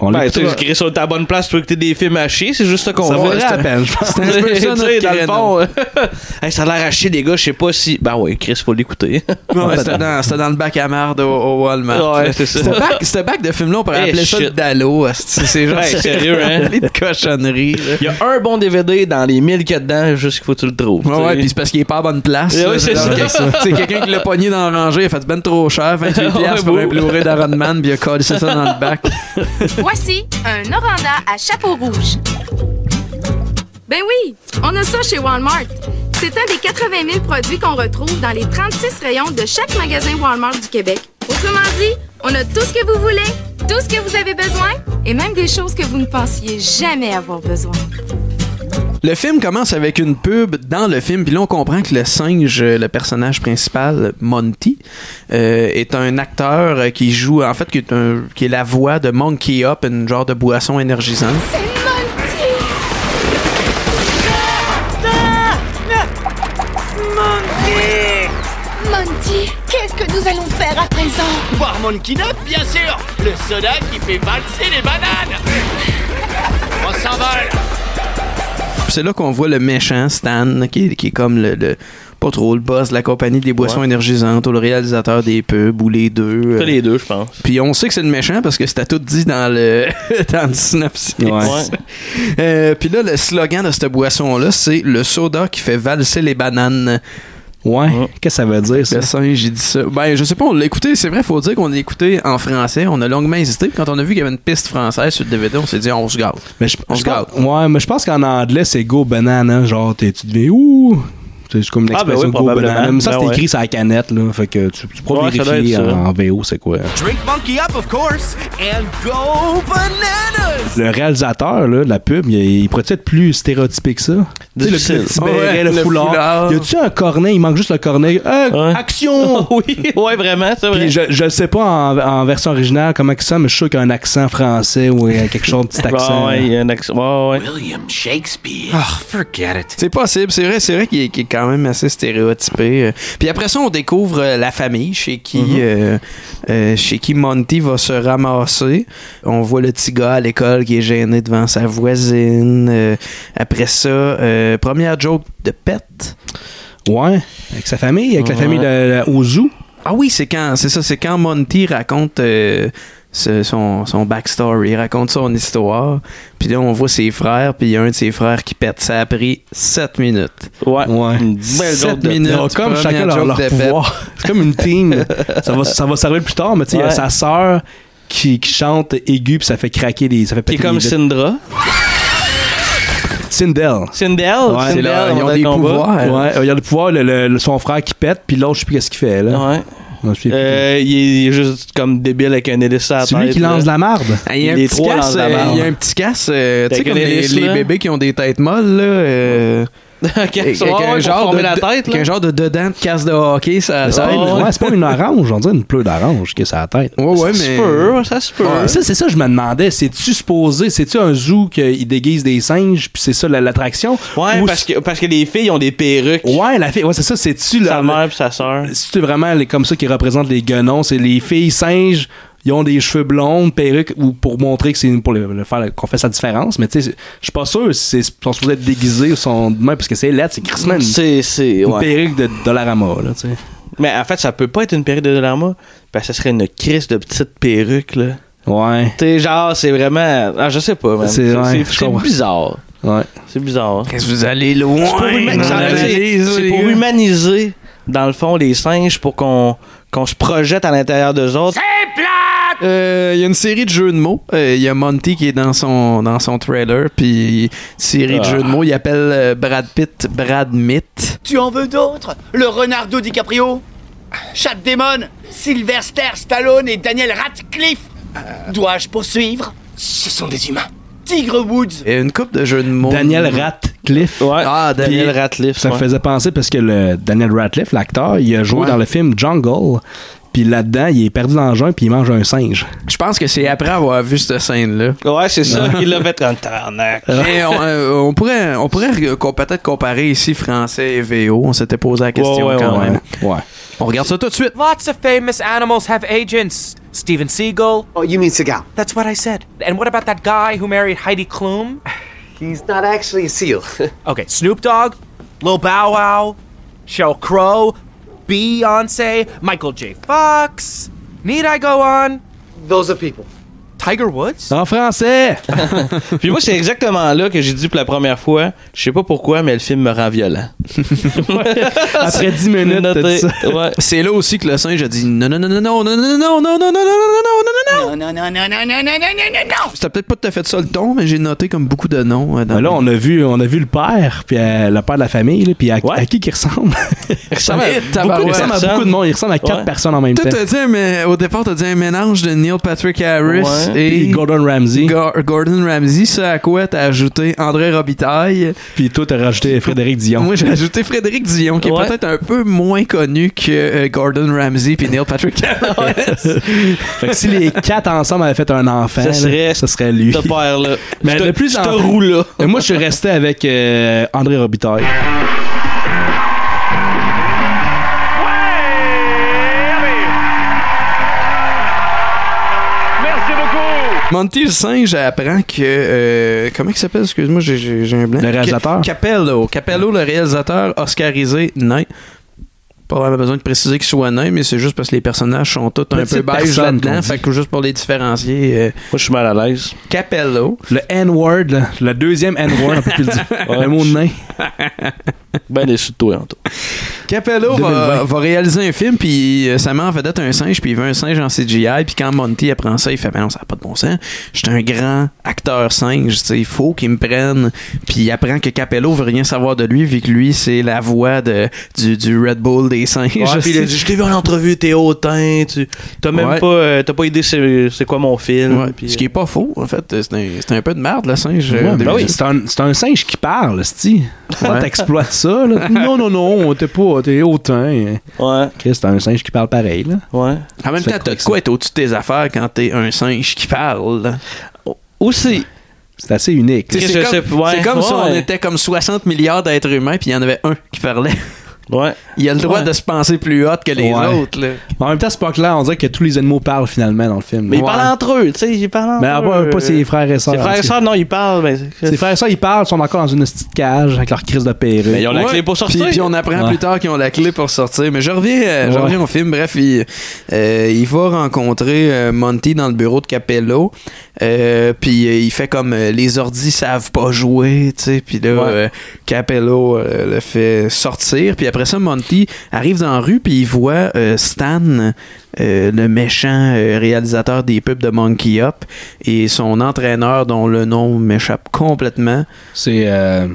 S3: On
S11: Ben, tu sais,
S3: l'écoutera.
S11: écrit sur ta bonne place, tu peux écouter des films à chier, c'est juste ça qu'on
S3: Ça
S11: voit.
S3: vaudrait
S11: C'est-
S3: la peine, hein, je pense.
S11: C'est un peu ça,
S1: notre
S11: tu sais, dans le
S1: créneau.
S11: fond. euh, Hey, ça a l'air à chier, les gars, je sais pas si. Ben ouais, Chris, faut l'écouter.
S1: Ouais, c'était dans, c'était dans le bac à marde au, au Walmart.
S11: Ouais,
S1: là.
S11: c'est ça.
S1: Ce bac, ce bac de film-là, on pourrait
S11: Eh,
S1: appeler ça
S11: shit.
S1: le Dallo. asti. C'est genre
S11: Ouais, sérieux, hein?
S1: rempli de cochonneries. là.
S11: Il y a un bon DVD dans les 1000 qu'il y a dedans, juste qu'il faut que tu le trouves.
S1: Ouais, ouais,
S11: tu sais.
S1: puis c'est parce qu'il est pas à bonne place.
S11: Ouais,
S1: là,
S11: ouais, c'est
S1: genre,
S11: ça.
S1: que- Eh C'est quelqu'un qui l'a pogné dans le rangé, il a fait ben trop cher, 28 piastres pour
S11: Ouais,
S1: un
S11: beau.
S1: Blu-ray d'Iron Man, puis il a collé ça dans le bac.
S4: Voici un Oranda à chapeau rouge. Ben oui, on a ça chez Walmart. C'est un des 80 000 produits qu'on retrouve dans les 36 rayons de chaque magasin Walmart du Québec. Autrement dit, on a tout ce que vous voulez, tout ce que vous avez besoin et même des choses que vous ne pensiez jamais avoir besoin.
S1: Le film commence avec une pub dans le film, puis là on comprend que le singe, euh, le personnage principal, Monty, euh, est un acteur euh, qui joue, en fait, qui est, un- qui est la voix de Monkey Up, une genre de boisson énergisante.
S5: Monkey
S14: Monty, qu'est-ce que nous allons faire à présent
S5: Boire Monkey Nut, bien sûr Le soda qui fait valser les bananes On s'envole
S1: Puis c'est là qu'on voit le méchant Stan, qui est, qui est comme le, le- pas trop le boss de la compagnie des boissons
S11: Ouais.
S1: énergisantes, ou le réalisateur des pubs, ou les deux.
S11: C'est
S1: euh.
S11: les deux, je pense.
S1: Puis on sait que c'est le méchant parce que c'était tout dit dans le, dans le synopsis.
S11: Ouais.
S1: Euh, puis là, le slogan de cette boisson-là, c'est le soda qui fait valser les bananes.
S3: Ouais, qu'est-ce que ça veut dire, ça?
S1: Le singe, j'ai dit ça. Ben, je sais pas, on l'a écouté, c'est vrai, faut dire qu'on l'a écouté en français. On a longuement hésité. puis Quand on a vu qu'il y avait une piste française sur le DVD, on s'est dit, on se gâte.
S3: Mais je,
S1: On
S3: je
S1: se
S3: pense-
S1: gâte.
S3: ouais, mais je pense qu'en anglais, c'est go banana. Genre, t'es- tu deviens ouh. C'est juste comme une
S11: Ah, ben
S3: expression
S11: oui,
S3: go banana.
S11: probablement.
S3: Mais ça,
S11: Ben
S3: c'est
S11: ouais.
S3: écrit sur la canette, là. Fait que tu, tu
S11: Ouais,
S3: pourras
S11: ça doit
S3: vérifier
S11: être ça.
S3: en, en VO, c'est quoi.
S5: Drink Monkey up, of course, and go bananas
S3: Le réalisateur là, de la pub, il, il pourrait être plus stéréotypé que ça? Tu sais, le
S11: Difficile. Ah.
S3: petit béret,
S11: Ouais,
S3: le,
S11: le
S3: Ben, foulard.
S11: foulard.
S3: Y a-tu un cornet? Il manque juste le cornet. Euh, Action!
S11: Ah oui, ouais, vraiment, c'est vrai.
S3: Puis je, je sais pas en, en version originale comment que ça, mais je suis sûr qu'il y a un accent français ou euh, quelque chose, de petit
S11: Ouais,
S3: accent.
S11: Bah ouais, il y a un accent. Ouais, ouais.
S5: William Shakespeare
S1: forget it. C'est possible, c'est vrai, c'est vrai qu'il est, qu'il est quand même assez stéréotypé. euh. Puis après ça, on découvre euh, la famille chez qui, euh, euh, chez qui Monty va se ramasser. On voit le petit gars à l'école qui est gêné devant sa voisine. Euh, après ça, euh, première joke de pet.
S3: Ouais, avec sa famille, avec la
S1: Ouais.
S3: famille de- de- au zoo.
S1: Ah oui, c'est quand, c'est ça, c'est quand Monty raconte euh, ce- son, son backstory, il raconte son histoire. Puis là, on voit ses frères, puis il y a un de ses frères qui pète. Ça a pris 7 minutes.
S11: Ouais.
S3: Ouais.
S11: Une belle
S1: Sept
S11: joke de-
S1: minutes.
S3: Ils ont comme
S1: première
S3: chacun leur,
S1: joke
S3: leur
S1: de
S3: pouvoir. C'est comme une team. ça, va, ça va servir plus tard, mais tu sais, il y
S11: Ouais.
S3: a sa sœur qui, qui chante aigu puis ça fait craquer des. Ça fait
S11: Qui est
S3: péter
S11: comme
S3: des-
S11: Syndra.
S3: Sindel.
S11: Sindel,
S3: Ouais,
S11: Oh, Sindel,
S3: là,
S11: on
S3: ils ont
S11: a
S3: des
S11: le combat.
S3: pouvoirs. Ouais, il y a le pouvoir, le- le- le- son frère qui pète, puis l'autre, je sais plus qu'est-ce qu'il fait, là.
S11: Ouais.
S3: Je sais plus.
S11: Euh, il, est, il est juste comme débile avec un hélice à la
S3: C'est lui
S11: tête,
S3: qui lance
S11: là.
S3: la marde.
S1: Ah, Il y a un
S11: Les
S1: petit
S11: trois
S1: casse,
S11: dans la
S1: euh,
S11: barre.
S1: il y a un petit casse, euh, tu sais,
S11: Avec
S1: comme
S11: une
S1: les,
S11: hélice,
S1: les
S11: là.
S1: bébés qui ont des têtes molles, là. euh,
S11: Quand
S1: avec
S11: ça va, ouais,
S1: un
S11: pour
S1: genre de,
S11: former la tête, là.
S1: avec un genre de dedans de casse de hockey,
S11: Ah,
S1: ça.
S3: Ça,
S1: ça
S11: Oh,
S3: ouais,
S1: ouais,
S3: c'est pas une orange, on dirait une pleure d'orange qui est sur la tête.
S1: ouais, ouais,
S11: Ça se
S1: mais.
S11: peut, hein, ça se peut.
S3: Ouais, Ça, c'est ça, je me demandais. C'est-tu supposé, c'est-tu un zoo qui déguise des singes, puis c'est ça la- l'attraction?
S11: Ouais,
S3: Ou
S11: parce que, parce que les filles ont des perruques.
S3: Ouais, la fille, ouais, c'est ça, c'est-tu
S11: Sa
S3: la.
S11: mère pis sa sœur.
S3: C'est vraiment les- comme ça qui représentent les guenons, c'est les filles singes, ils ont des cheveux blondes, perruques, ou pour montrer que c'est pour le, le faire qu'on fait sa différence, mais tu sais, je suis pas sûr si c'est- ils sont supposés être déguisés ou sont de même, parce que c'est lettre, c'est Christmas. une-
S11: C'est, c'est,
S3: Une
S11: ouais.
S3: perruque de Dollarama, là, tu sais.
S11: Mais en fait, ça peut pas être une perruque de Dollarama, parce que ça serait une crise de petite perruque, là.
S3: Ouais.
S11: T'es genre, c'est vraiment. Ah, je sais pas, man.
S3: C'est-
S11: C'est
S3: ouais,
S11: c'est-
S3: je
S11: c'est
S3: comprends.
S11: bizarre.
S3: Ouais.
S11: C'est bizarre. hein?
S1: Qu'est-ce que vous allez loin?
S11: C'est pour, huma-
S1: dans
S11: ça,
S1: la
S11: c'est-
S1: liste,
S11: c'est
S1: les
S11: pour
S1: gars.
S11: humaniser, dans le fond, les singes pour qu'on qu'on se projette à l'intérieur d'eux autres.
S1: Euh, Il y a une série de jeux de mots. Euh, Il y a Monty qui est dans son, dans son trailer. Puis, série de
S11: Ah.
S1: jeux de mots. Il appelle euh, Brad Pitt Brad Mitt.
S5: Tu en veux d'autres Le Renardo DiCaprio Chat Damon Sylvester Stallone et Daniel Radcliffe Dois-je poursuivre Euh. Ce sont des humains. Tigre Woods
S1: Et une coupe de jeux de mots.
S3: Daniel Radcliffe.
S1: Ah, Daniel
S3: Puis,
S11: Radcliffe,
S3: Ça me
S11: ouais.
S3: faisait penser parce que le Daniel Radcliffe, l'acteur, il a joué dans le film Jungle. Puis là-dedans, il est perdu dans le jungle puis il mange un singe.
S1: Je pense que c'est après avoir vu cette scène-là.
S11: Ouais, c'est ça. Il l'a fait en tabarnak.
S1: Mais on, euh, on pourrait, on pourrait euh, qu'on- peut-être comparer ici français et VO. On s'était posé la question
S3: Ouais, ouais,
S1: quand
S3: ouais.
S1: même.
S3: Ouais.
S1: On regarde ça tout de suite.
S7: Lots of famous animals have agents. Steven Seagal. Oh, you mean Seagal? That's what I said. And what about that guy who married Heidi Klum? He's not actually a seal. okay, Snoop Dogg, Lil Bow Wow, Sheryl Crow, Beyonce, Michael J. Fox. Need I go on? Those are people. Tiger Woods?
S3: En français!
S11: Puis moi, c'est exactement là que j'ai dit pour la première fois. Je sais pas pourquoi, mais le film me rend violent.
S3: Après 10 minutes, t'as dit ça.
S1: C'est là aussi que le singe a dit non, non, non, non, non, non, non, non, non, non, non, non, non, non, non, non, non.
S5: Non, non, non, non, non, non, non, non, non, non
S1: C'était peut-être pas tout à fait ça le ton, mais j'ai noté comme beaucoup de noms. euh, dans
S3: Ben là, on a vu, on a vu le père, puis euh, le père de la famille, là, puis à, à qui qu'il ressemble?
S11: Il ressemble
S1: Eh,
S11: à
S1: tabarouette.
S11: beaucoup de
S3: Il ressemble à
S11: personnes.
S3: beaucoup de monde. Il ressemble à quatre
S11: Ouais.
S3: personnes en même
S1: Toi,
S3: temps.
S1: t'as dit, un mé- au départ, t'as dit un mélange de Neil Patrick Harris
S3: Ouais.
S1: et
S3: Puis Gordon Ramsay.
S1: Go- Gordon Ramsay. Ce à quoi t'as ajouté André Robitaille.
S3: Puis toi, t'as rajouté Frédéric Dion.
S1: Moi, j'ai ajouté Frédéric Dion, qui
S11: Ouais.
S1: est peut-être un peu moins connu que euh, Gordon Ramsay puis Neil Patrick Harris.
S3: Fait que si les quatre ensemble avaient fait un enfant,
S11: Ça
S3: là,
S11: serait-
S3: ça serait lui.
S11: Ce père-là.
S3: Mais
S11: Ce-
S3: de plus
S11: ce
S3: en plus-
S11: roux-là.
S3: Mais moi, je suis resté avec euh, André Robitaille.
S1: Monty le singe apprend que. euh, comment il s'appelle Excuse-moi, j'ai- j'ai j'ai un blanc.
S3: Le réalisateur.
S1: Ca- Capello. Capello, le réalisateur, oscarisé, nain. Pas vraiment besoin de préciser qu'il soit nain, mais c'est juste parce que les personnages sont tous un peu
S3: Petite
S1: beige
S3: personne, qu'on
S1: là-dedans.
S3: dit.
S1: Fait que juste pour les différencier, euh,
S11: Moi, je suis mal à l'aise.
S1: Capello.
S3: Le N-word, le, le deuxième N-word, on peut plus le dire.
S11: Ouais.
S3: Le mot de nain.
S11: Ben déçu de toi, Anto.
S1: Capello va,
S3: 2020.
S1: va réaliser un film, puis euh, ça met en vedette un singe, puis il veut un singe en CGI, puis quand Monty apprend ça, il fait Ben non, ça n'a pas de bon sens. J'étais un grand acteur singe, tu sais, il faut qu'il me prenne. Puis il apprend que Capello veut rien savoir de lui, vu que lui, c'est la voix de, du, du Red Bull des singes.
S11: Ouais, puis il a dit, je t'ai vu en entrevue, t'es hautain, tu t'as même
S1: Ouais.
S11: pas, euh, t'as pas idée c'est c'est quoi mon film.
S1: Ouais,
S11: puis,
S1: Ce qui est pas faux, en fait. C'est un, c'est un peu de merde, le singe.
S3: Ouais,
S1: euh,
S3: ben
S1: au
S3: oui,
S1: début.
S3: c'est un, c'est un singe qui parle, c'ti.
S1: Ouais.
S3: Quand t'exploites ça, là, non, non, non, t'es pas, t'es hautain.
S11: Ouais,
S3: Chris, c'est un singe qui parle pareil, là.
S11: ouais.
S1: En même temps,
S3: C'est quoi
S1: t'as
S3: que
S1: de quoi être au-dessus de tes affaires quand t'es un singe qui parle?
S11: Aussi,
S3: C'est assez unique.
S1: Tu sais,
S11: Je
S1: C'est comme,
S11: sais- ouais,
S1: c'est comme si on
S11: ouais.
S1: était comme 60 milliards d'êtres humains, puis il y en avait un qui parlait.
S11: ouais.
S1: Il a le droit
S11: Ouais.
S1: de se penser plus haute que les
S3: Ouais.
S1: autres. Là.
S3: Mais en même temps, c'est pas clair. On dirait que tous les animaux parlent finalement dans le film.
S11: Mais ils
S1: Ouais.
S11: parlent entre eux, tu sais, ils parlent entre
S3: Mais à part-
S11: eux. euh,
S3: pas ses frères et sœurs.
S11: Ses frères et
S3: en tout cas.
S11: sœurs, non, ils parlent, mais
S3: Ses frères et sœurs, ils parlent, sont encore dans une petite cage avec leur crise de perruque.
S11: Mais ils ont la
S1: Ouais.
S11: clé pour sortir.
S1: Puis, puis on apprend
S3: Ouais.
S1: plus tard qu'ils ont la clé pour sortir. Mais je reviens, euh, je
S3: Ouais.
S1: reviens au film. Bref, il, euh, il va rencontrer euh, Monty dans le bureau de Capello. Euh, puis euh, il fait comme euh, les ordis savent pas jouer, tu sais. Puis là, euh, Capello euh, le fait sortir. Puis après ça, Monty arrive dans la rue puis il voit euh, Stan, euh, le méchant euh, réalisateur des pubs de Monkey Up et son entraîneur dont le nom m'échappe complètement.
S3: C'est. euh,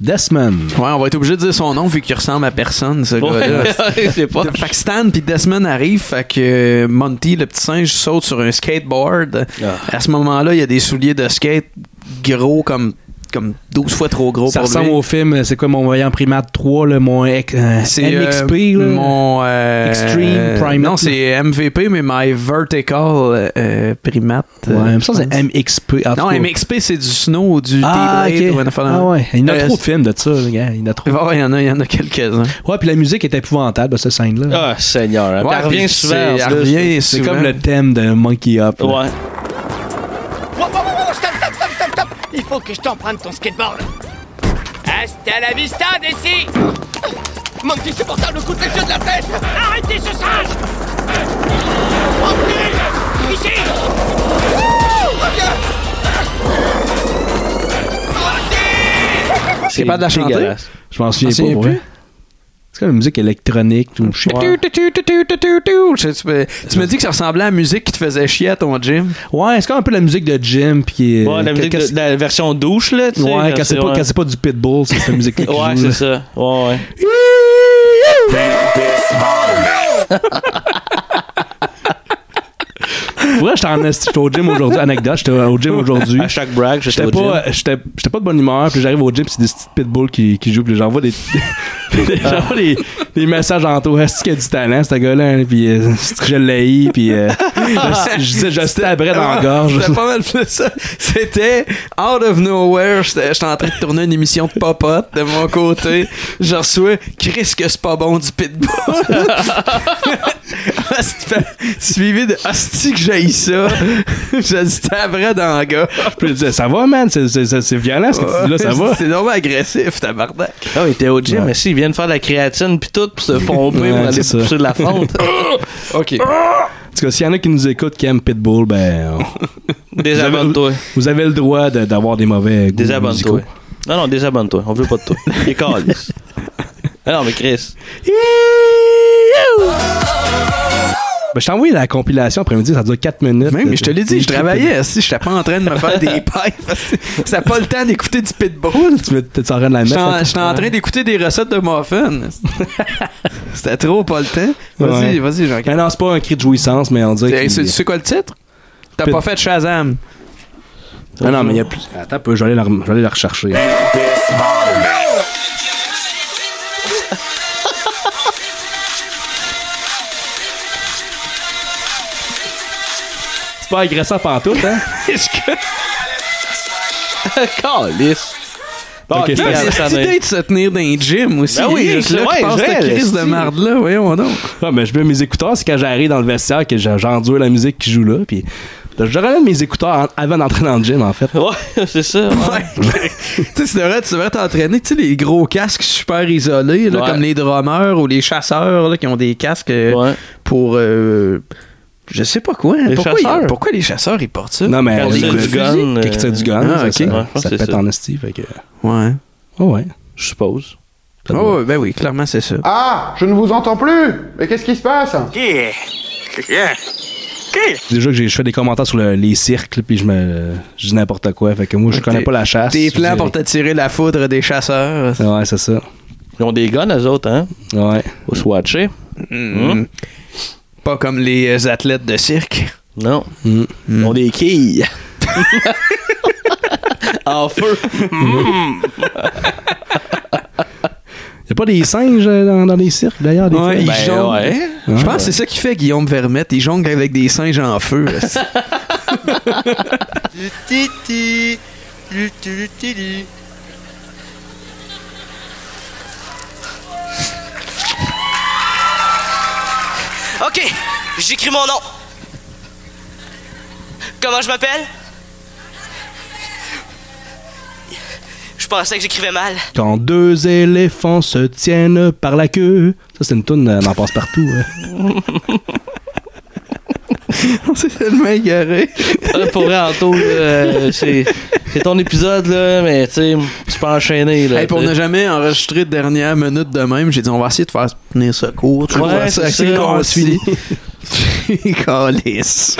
S3: Desmond.
S1: Ouais, on va être obligé de dire son nom vu qu'il ressemble à personne, ce gars-là.
S11: Ouais, je sais pas.
S1: Fait que Stan puis Desmond arrivent, fait que euh, Monty, le petit singe, saute sur un skateboard.
S3: Ah.
S1: À ce moment-là, il y a des souliers de skate gros comme, comme 12 fois trop gros
S3: Ça
S1: pour
S3: ressemble
S1: lui.
S3: au film, euh, c'est quoi mon voyant primate 3, là, mon ex- euh,
S1: C'est euh,
S3: MXP, là.
S1: mon euh,
S3: Extreme Primate,
S1: Non,
S3: là.
S1: c'est MVP, mais My Vertical euh, Primate.
S3: Ouais,
S1: euh,
S3: il me semble
S1: je
S3: que c'est
S1: pense.
S3: MXP. en tout
S1: Non,
S3: cas.
S1: MXP, c'est du snow ou du
S3: Ah,
S1: T-Blade
S3: ok.
S1: ou un affaire dans-
S3: Ah ouais. Il y en a
S1: Euh,
S3: trop de films de ça, les gars. Il y en a trop.
S1: Ouais, il y en a, il y en a quelques-uns.
S3: Ouais, puis la musique est épouvantable, cette scène-là.
S11: Ah, Seigneur. hein. Puis
S1: Ouais,
S11: elle revient
S1: puis
S11: souvent.
S1: c'est-
S11: en
S1: elle
S11: plus.
S1: revient
S3: c'est
S1: souvent.
S3: comme le thème de Monkey Up. là.
S11: Ouais.
S5: Wow, wow, wow, wow, stop, stop, stop, stop, stop Il faut que je t'emprunte ton skateboard.
S7: Hasta la vista, DC!
S5: Monty, c'est pour ça le coup de les yeux de la tête Arrêtez ce singe Monty Ici Wouh Reviens
S1: C'est pas de la chanter.
S3: dégueulasse. Je m'en souviens
S1: T'en
S3: pas,
S1: souviens
S3: pour
S1: plus?
S3: vrai. C'est comme la musique électronique. Tout, je sais pas.
S1: Tu- tu- tu- tu- tu- tu- tu. Je- Tu me- tu me dis que ça ressemblait à la musique qui te faisait chier à ton gym.
S3: Ouais, c'est comme un peu la musique de Jim. Puis, euh,
S2: Ouais, la, musique
S3: qu'est-
S2: de- la version douche, là, tu sais.
S3: Ouais,
S2: quand
S3: quand c'est pas,
S2: ouais.
S3: quand c'est pas du pitbull, c'est cette musique-là. qui
S2: Ouais,
S3: joue,
S2: c'est
S3: là.
S2: ça. Ouais, ouais.
S3: Pour vrai, j'étais en esti, j'étais au gym aujourd'hui. Anecdote, j'étais au gym aujourd'hui.
S2: À chaque brag, j'étais
S3: J'étais
S2: au
S3: pas,
S2: gym.
S3: j'étais, j'étais pas de bonne humeur, puis j'arrive au gym, c'est des petits pitbulls qui, qui jouent, puis j'envoie des,
S1: Ah.
S3: j'envoie des, des messages en tout. Est-ce qu'il a du talent, ce gars-là? hein? Puis euh, c'est que je l'ai eu, puis euh, je- je disais, je stabrais dans la Ah, gorge.
S1: C'était pas mal plus ça. C'était out of nowhere. J'étais j'étais en train de tourner une émission de popote de mon côté. Je reçois Chris que c'est pas bon du pitbull. C'était Suivi de Hostie que j'aille ça. Je dis t'es vrai dans le gars.
S3: Puis je disais, ça va, man, c'est, c'est, c'est- c'est violent ce que tu dis là, ça va.
S1: C'est normal agressif, tabarnak.
S2: Ah, il était au gym,
S3: Ouais.
S2: mais si, il vient de faire de la créatine puis tout, pour se pomper,
S3: Ouais,
S2: pour aller
S3: c'est ça.
S2: pousser de la fonte.
S1: OK.
S3: En tout cas, s'il y en a qui nous écoutent qui aiment Pitbull, ben. on- Vous
S2: Désabonne-toi.
S3: avez- Vous avez le droit de- d'avoir des mauvais goûts
S2: Désabonne-toi.
S3: musicaux.
S2: Non, non, désabonne-toi. On veut pas de toi. Il est caliste. Ah non, mais Chris.
S3: Ben, je t'ai envoyé la compilation après-midi, ça dure 4 minutes.
S1: Même, mais je te l'ai dit, je travaillais. Si j'étais pas en train de me faire des pipes, ça pas le temps d'écouter du pitbull.
S3: Tu veux peut-être en train de la
S1: J'étais
S3: mettre.
S1: en, j'étais en train d'écouter des recettes de muffins. C'était trop pas le temps. Vas-y,
S3: Ouais.
S1: vas-y, jean
S3: Ben non, c'est pas un cri de jouissance, mais on dirait
S1: Hey,
S3: qu'il-
S1: c'est- Tu sais quoi le titre? T'as
S3: Pit-
S1: pas fait Shazam.
S3: Non, non, mais il y a plus. Attends un peu, j'allais la, je vais aller la rechercher. C'est pas agressant partout, hein?
S2: Caliste. Bon,
S1: Là,
S2: regarde,
S1: c'est
S2: ça en est-
S1: l'idée de se tenir dans un gym aussi.
S2: Ben oui,
S1: Rien
S2: je
S1: que
S2: sais,
S1: là,
S2: ouais,
S1: qui passe
S2: je
S1: ta
S2: reste,
S1: crise de
S2: si.
S1: marde-là, voyons donc.
S3: Ah, mais je mets mes écouteurs, c'est quand j'arrive dans le vestiaire que j'ai- j'endure la musique qui joue là. Puis je relève mes écouteurs en- avant d'entrer dans le gym, en fait.
S2: Ouais, c'est ça. ouais.
S1: tu sais, tu devrais, tu devrais t'entraîner, tu sais, les gros casques super isolés, là,
S2: Ouais.
S1: comme les drummers ou les chasseurs là, qui ont des casques euh, pour. euh, je sais pas quoi. hein.
S2: Les
S1: pourquoi,
S2: chasseurs?
S1: Ils, pourquoi les chasseurs ils portent ça?
S3: Non, mais
S1: Pour
S3: euh,
S1: des
S3: le-
S1: coups de
S3: le-
S1: fusil?
S3: Quand il tire du gun,
S1: Ah,
S3: ça-
S1: ok.
S3: ça,
S1: Ouais, je
S3: ça
S1: pense que
S3: pète
S1: c'est ça.
S3: en esti. Fait que...
S1: Ouais.
S3: Oh, ouais.
S2: Je suppose.
S1: Ah
S2: Oh,
S1: ouais, ben oui, clairement, c'est ça.
S9: Ah, je ne vous entends plus Mais qu'est-ce qui se passe
S3: Déjà que j'ai- je fais des commentaires sur le- les circles, puis je me je dis n'importe quoi. Fait que moi, je connais
S1: Tes-
S3: pas la chasse.
S1: Tes plans
S3: Je-
S1: pour t'attirer la foudre des chasseurs.
S3: Ouais, c'est ça.
S2: Ils ont des guns, eux autres, hein?
S3: Ouais.
S2: Faut se watcher. Hein?
S1: Mm. Pas comme les euh, athlètes de cirque.
S2: Non. Ils ont des quilles. en feu.
S3: Y a pas des singes euh, dans, dans les cirques, d'ailleurs? des fois?
S2: Ben,
S1: Ouais, Ben. ils jonglent. Je pense
S3: Ouais.
S1: que c'est ça qui fait Guillaume Vermette. Il jongle avec des singes en feu.
S8: Titi, lutili, tili.
S15: Ok, j'écris mon nom. Comment je m'appelle? Je pensais que j'écrivais mal.
S3: Quand deux éléphants se tiennent par la queue. Ça, c'est une toune, euh, on en passe partout. hein.
S1: On s'est tellement égaré.
S2: Là, pour vrai, Anto, euh, c'est c'est ton épisode, là, mais tu sais, tu peux enchaîner. Là, Euh,
S1: Hey, pour
S2: t'sais.
S1: ne jamais enregistrer de dernière minute de même, j'ai dit on va essayer de faire tenir ce court.
S2: Ouais, c'est ça, Ah, on
S1: concis. Calice.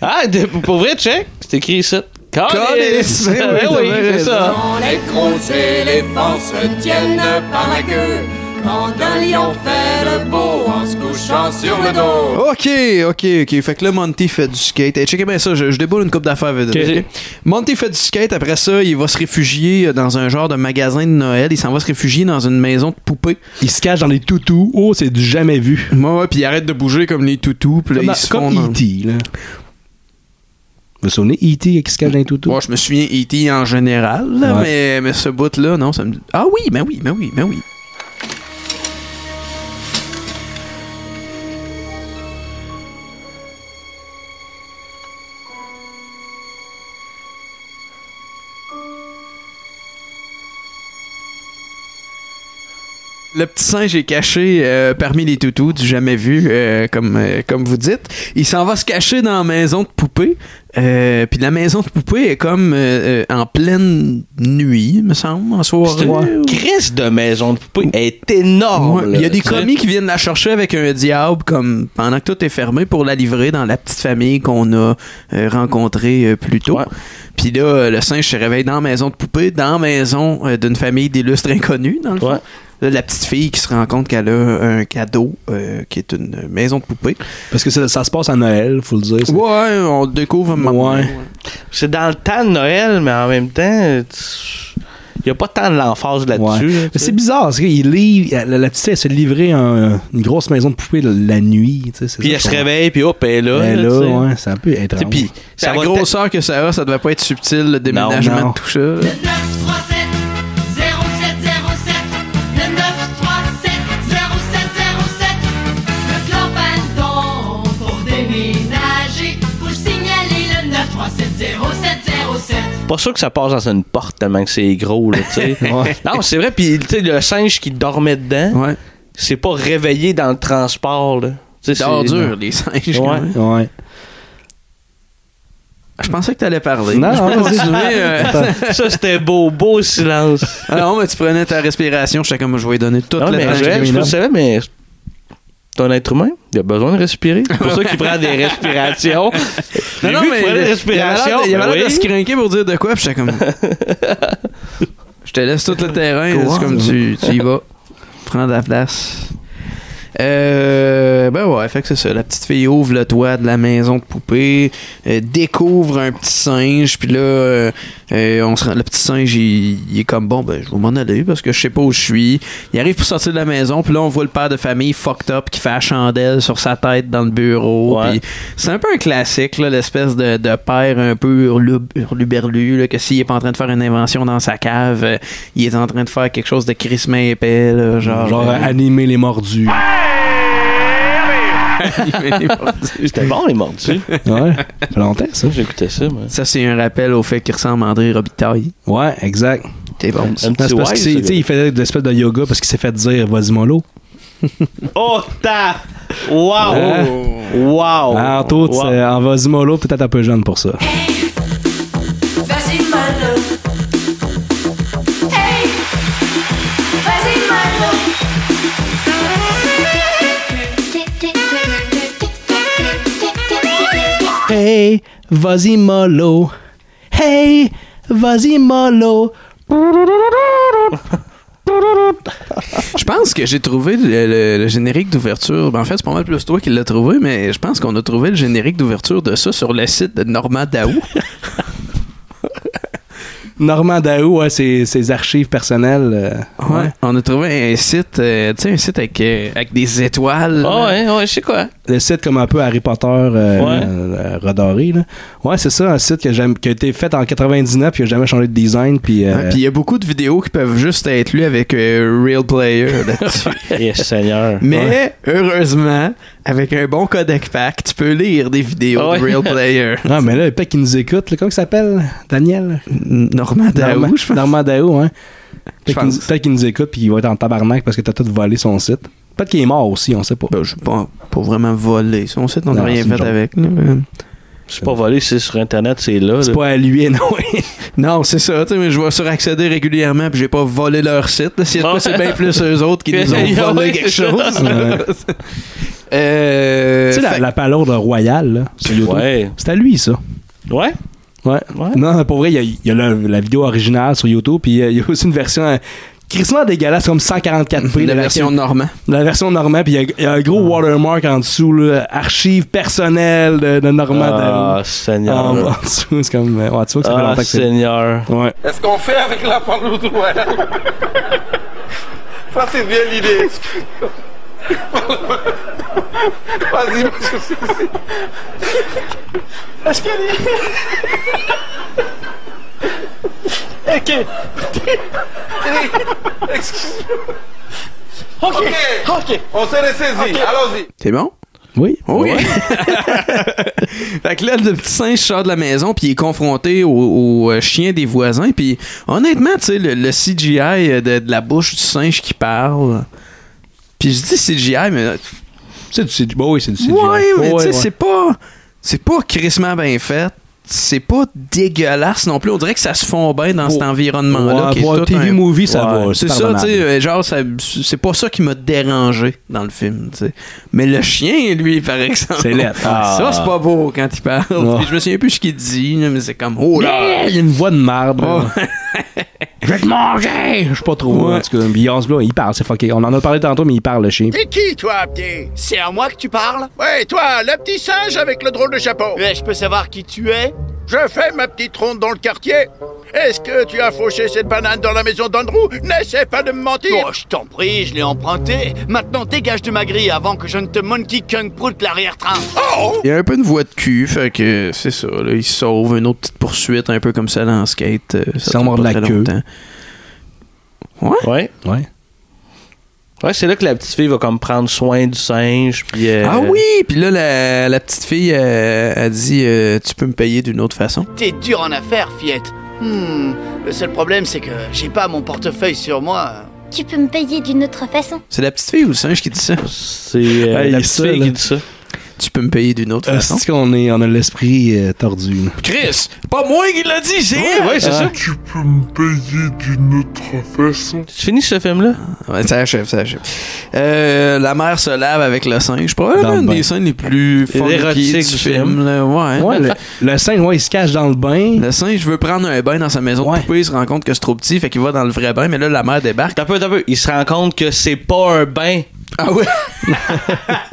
S2: Ah, de- pour vrai, check. C'est écrit ici. Calice!
S1: Calice,
S2: Ben
S1: ben oui,
S2: oui,
S1: t'as bien
S2: c'est ça.
S1: raison.
S8: Quand les gros éléphants se tiennent par la queue, quand un lion fait le beau en se couchant sur le dos.
S1: Ok, ok, ok. Fait que là, Monty fait du skate. Hey, checkez bien ça, je, je déboule une coupe d'affaires. vite,
S2: Ok.
S1: ok? Monty fait du skate, après ça, il va se réfugier euh, dans un genre de magasin de Noël. Il s'en va se réfugier dans une maison de poupées.
S3: Il se cache dans les toutous. Oh, c'est du jamais vu.
S1: Moi, ouais, puis il arrête de bouger comme les toutous. Puis là,
S3: Comme,
S1: ils se
S3: comme
S1: font hein. dans- E
S3: E.T., là. Vous vous souvenez, E.T. qui se cache dans les toutous?
S1: Ouais, je me souviens E.T. en général, là,
S3: Ouais.
S1: mais, mais ce bout-là, non, ça me dit. Ah oui, mais oui, mais oui, mais oui. Le petit singe est caché euh, parmi les toutous du jamais vu, euh, comme, euh, comme vous dites. Il s'en va se cacher dans la maison de poupée. Euh, Puis la maison de poupée est comme euh, euh, en pleine nuit, me semble, en soirée.
S2: Chris de maison de poupée est énorme.
S1: Ouais,
S2: là,
S1: Il y a des
S2: tu sais.
S1: commis qui viennent la chercher avec un diable comme pendant que tout est fermé pour la livrer dans la petite famille qu'on a euh, rencontrée euh, plus tôt. Puis là, euh, le singe se réveille dans la maison de poupée, dans la maison euh, d'une famille d'illustres inconnus, dans le fond. Là, la petite fille qui se rend compte qu'elle a un cadeau euh, qui est une maison de poupée.
S3: Parce que ça, ça se passe à Noël, faut le dire.
S1: Ouais, on le découvre un moment.
S2: Ouais. C'est dans le temps de Noël, mais en même temps, euh, tu- il n'y a pas tant de l'emphase là-dessus. là,
S3: Mais
S2: tu sais.
S3: C'est bizarre, parce qu'il livre, la, la petite, elle se livrait en, une grosse maison de poupée la, la nuit. tu sais, c'est
S2: Puis
S3: ça
S2: elle se
S3: qu'on-
S2: réveille, puis hop, elle est là.
S3: Ben
S2: là,
S3: là,
S2: tu sais.
S3: ouais, c'est un peu étrange.
S2: puis-
S1: C'est la grosseur que ça a, ça devait pas être subtil, le déménagement
S3: non.
S1: de tout ça. là.
S16: 0707 le 937 0707 Le clan Bandon pour déménager Faut signaler le 9370707
S2: Pas sûr que ça passe dans une porte tellement que c'est gros, là, tu sais. Non, c'est vrai, puis tu sais, le singe qui dormait dedans, c'est pas réveillé dans le transport, là. Tu sais,
S1: C'est hors
S2: c'est-
S1: dur, les singes. quand
S2: Ouais.
S1: même.
S3: Ouais.
S1: Je pensais que t'allais parler.
S2: Non,
S1: Je peux
S2: non, vas-y.
S1: continuer, euh,
S2: Ça, c'était beau, beau silence.
S1: Ah non, mais tu prenais ta respiration, j'étais comme, je vais lui donner toute
S2: Non,
S1: la
S2: mais je, je savais, mais ton être humain, il a besoin de respirer. C'est pour ça qu'il prend des respirations. J'ai vu qu'il prenait des respirations.
S1: Il y avait
S2: ben
S1: l'air de
S2: oui.
S1: se crinquer pour dire de quoi, puis j'étais comme. je te laisse tout le terrain, c'est comme tu, tu y vas. Prends de la place. Euh, ben ouais, fait que c'est ça. La petite fille ouvre le toit de la maison de poupée, euh, découvre un petit singe, puis là, euh, euh, on se rend- le petit singe, il, il est comme bon, ben je vais m'en aller parce que je sais pas où je suis. Il arrive pour sortir de la maison, puis là, on voit le père de famille fucked up qui fait la chandelle sur sa tête dans le bureau. puis C'est un peu un classique, là, l'espèce de, de père un peu hurlu- hurluberlu, là, que s'il est pas en train de faire une invention dans sa cave, euh, il est en train de faire quelque chose de crissement épais, là,
S2: Ah,
S1: genre.
S3: Genre, hein?
S1: euh,
S3: animer les mordus.
S2: C'était bon, les mordus.
S3: ouais, ça fait longtemps, ça.
S2: J'écoutais ça, moi.
S1: Ça, c'est un rappel au fait qu'il ressemble à André Robitaille.
S3: Ouais, exact.
S1: T'es bon. ça.
S3: Non, c'est parce que c'est- tu sais, il faisait de l'espèce de yoga parce qu'il s'est fait dire vas-y mollo.
S2: Oh, ta! Wow!
S3: Hein?
S2: Oh, Wow!
S3: Alors, Ah, toi, tu sais, en vas-y mollo, peut-être un peu jeune pour ça.
S16: Vas-y Malo Hey Vas-y Malo
S3: Hey, vas-y mollo. Hey, vas-y mollo.
S1: Je pense que j'ai trouvé le, le- le générique d'ouverture. Ben, en fait, c'est pas mal plus toi qui l'as trouvé, mais je pense qu'on a trouvé le générique d'ouverture de ça sur le site de Normand Daou.
S3: Normand Daou, ouais, ses, ses archives personnelles. euh,
S1: Ouais. On a trouvé un site, euh, tu sais, un site avec, euh, avec des étoiles. Euh,
S2: Ah ouais, ouais, je sais quoi.
S3: Le site comme un peu Harry Potter euh,
S2: Ouais.
S3: euh, redoré. Là. Ouais, c'est ça, un site que j'aime- qui a été fait en 99 puis qui a jamais changé de design. Puis, euh,
S1: Hein, Puis il y a beaucoup de vidéos qui peuvent juste être lues avec euh, Real Player là-dessus.
S2: Yes, Seigneur.
S1: Mais heureusement, avec un bon codec pack, tu peux lire des vidéos
S3: Ah ouais.
S1: de Real Player.
S3: Ah, mais là, peut-être qu'il nous écoute. là, comment il s'appelle Daniel
S1: Normand Daou,
S3: Normand-
S1: je pense.
S3: Normand Daou, hein. Peut-être
S1: Je
S3: qu'il,
S1: pense.
S3: peut-être qu'il nous écoute puis il va être en tabarnak parce que t'as tout volé son site. Peut-être qu'il est mort aussi, on sait pas.
S1: Ben, je pas, pas vraiment volé. Son site, on n'a
S3: Non,
S1: rien
S3: c'est une
S1: fait
S3: joke.
S1: avec. là, mais-
S2: C'est pas volé, c'est sur Internet, c'est là.
S3: C'est
S2: là.
S3: pas à lui, non.
S1: Non, c'est ça, tu sais, mais je vais suraccéder régulièrement puis j'ai pas volé leur site. là. S'il y a de quoi, c'est bien plus eux autres qui nous
S2: Ouais,
S1: ont volé
S2: ouais,
S1: quelque
S2: c'est
S1: chose.
S2: ça.
S1: Euh,
S3: tu sais, la,
S1: fait-
S3: la palourde royale, là, sur YouTube.
S2: Ouais.
S3: C'est à lui, ça.
S2: Ouais?
S3: Ouais. Non, pour vrai, il y a, il y a le- la vidéo originale sur YouTube, puis euh, il y a aussi une version euh, crissement dégueulasse, comme 144p. de
S1: la version normand.
S3: La version normand, puis il y a- il y, a un gros watermark en dessous, là, archive personnelle de, de Normand
S2: Ah,
S3: Daou.
S2: Seigneur.
S3: En, en dessous, c'est comme. euh, Ouais, tu vois que ça fait
S2: Ah,
S3: longtemps que c'est-
S2: Seigneur.
S3: Ouais.
S17: Est-ce qu'on fait avec la palourde royale Ça, c'est bien l'idée. Vas-y, monsieur. Est-ce qu'elle est. Ok. Excuse-moi. Ok. Ok. On s'est ressaisis. Allons-y.
S1: C'est bon? Oh,
S3: Oui.
S1: Oui. fait que là, le petit singe sort de la maison, puis il est confronté au, au, euh, chien des voisins. Puis honnêtement, tu sais, le, le CGI euh, de, de la bouche du singe qui parle. Puis je dis CGI, mais. euh,
S3: C'est du CGI. Bah oui, c'est du CGI.
S1: Ouais, mais
S3: Ouais,
S1: tu sais,
S3: ouais.
S1: c'est pas. C'est pas crissement bien fait. C'est pas dégueulasse non plus. On dirait que ça se fond bien dans cet environnement-là.
S3: Ouais,
S1: qui est
S3: pour
S1: tout
S3: TV
S1: un-
S3: movie, ça va, c'est
S1: C'est ça,
S3: pardonnable.
S1: tu sais, euh, genre, ça- c'est pas ça qui m'a dérangé dans le film, tu sais. Mais le chien, lui, par exemple.
S3: C'est laid. Ah.
S1: Ça, c'est pas beau quand il parle.
S3: Ouais.
S1: Puis Je me souviens plus ce qu'il dit, là, mais c'est comme, oh là!
S3: Yeah, Il y a une voix de marde. là. Je vais te manger! Je sais pas trop. En tout cas, puis Hans Blum, il parle, c'est fucké. On en a parlé tantôt, mais il parle, le chien.
S5: T'es qui, toi, petit C'est à moi que tu parles Ouais, toi, le petit singe avec le drôle de chapeau. je peux savoir qui tu es Je fais ma petite ronde dans le quartier. Est-ce que tu as fauché cette banane dans la maison d'Andrew N'essaie pas de me mentir Oh, je t'en prie, je l'ai emprunté. Maintenant, dégage de ma grille avant que je ne te monkey kung prout l'arrière-train. Oh
S1: Il y a un peu une voix de cul, fait que c'est ça, là, il se sauve une autre petite poursuite, un peu comme ça dans Skate. euh, Ça
S3: Sans
S1: dure
S3: mordre
S1: pas
S3: la
S1: très
S3: queue.
S1: longtemps. Ouais?
S2: Ouais.
S3: Ouais.
S2: Ouais, c'est là que la petite fille va comme prendre soin du singe. Puis, euh,
S1: Ah oui! Puis là, la, la petite fille euh, a dit euh, Tu peux me payer d'une autre façon.
S5: T'es dur en affaires, fillette. Hmm, le seul problème, c'est que j'ai pas mon portefeuille sur moi.
S18: Tu peux me payer d'une autre façon.
S1: C'est la petite fille ou le singe qui dit ça?
S2: C'est euh,
S1: la petite fille qui dit
S2: ça.
S1: Tu peux me payer d'une autre façon.
S3: Est-ce Euh, qu'on est, on a l'esprit euh, tordu? là.
S1: Euh, Chris, pas moi qui l'a dit, c'est
S2: Ouais, ouais, c'est ça.
S1: Tu peux me payer d'une autre façon.
S2: Tu finis ce film-là?
S1: Ouais, ça achève, ça achève. Euh, la mère se lave avec le singe. Probablement
S3: Dans le
S1: une
S3: bain.
S1: des scènes les plus
S3: Et
S1: funky du
S3: l'érotique du
S1: film.
S3: film.
S1: là. Ouais,
S3: Ouais, le, le singe, ouais, il se cache dans le bain.
S1: Hein? Le singe veut prendre un bain dans sa maison de poupée, il se rend compte que c'est trop petit, fait qu'il va dans le vrai bain, mais là, la mère débarque.
S2: T'as peu, t'as peu. Il se rend compte que c'est pas un bain.
S1: Ah ouais?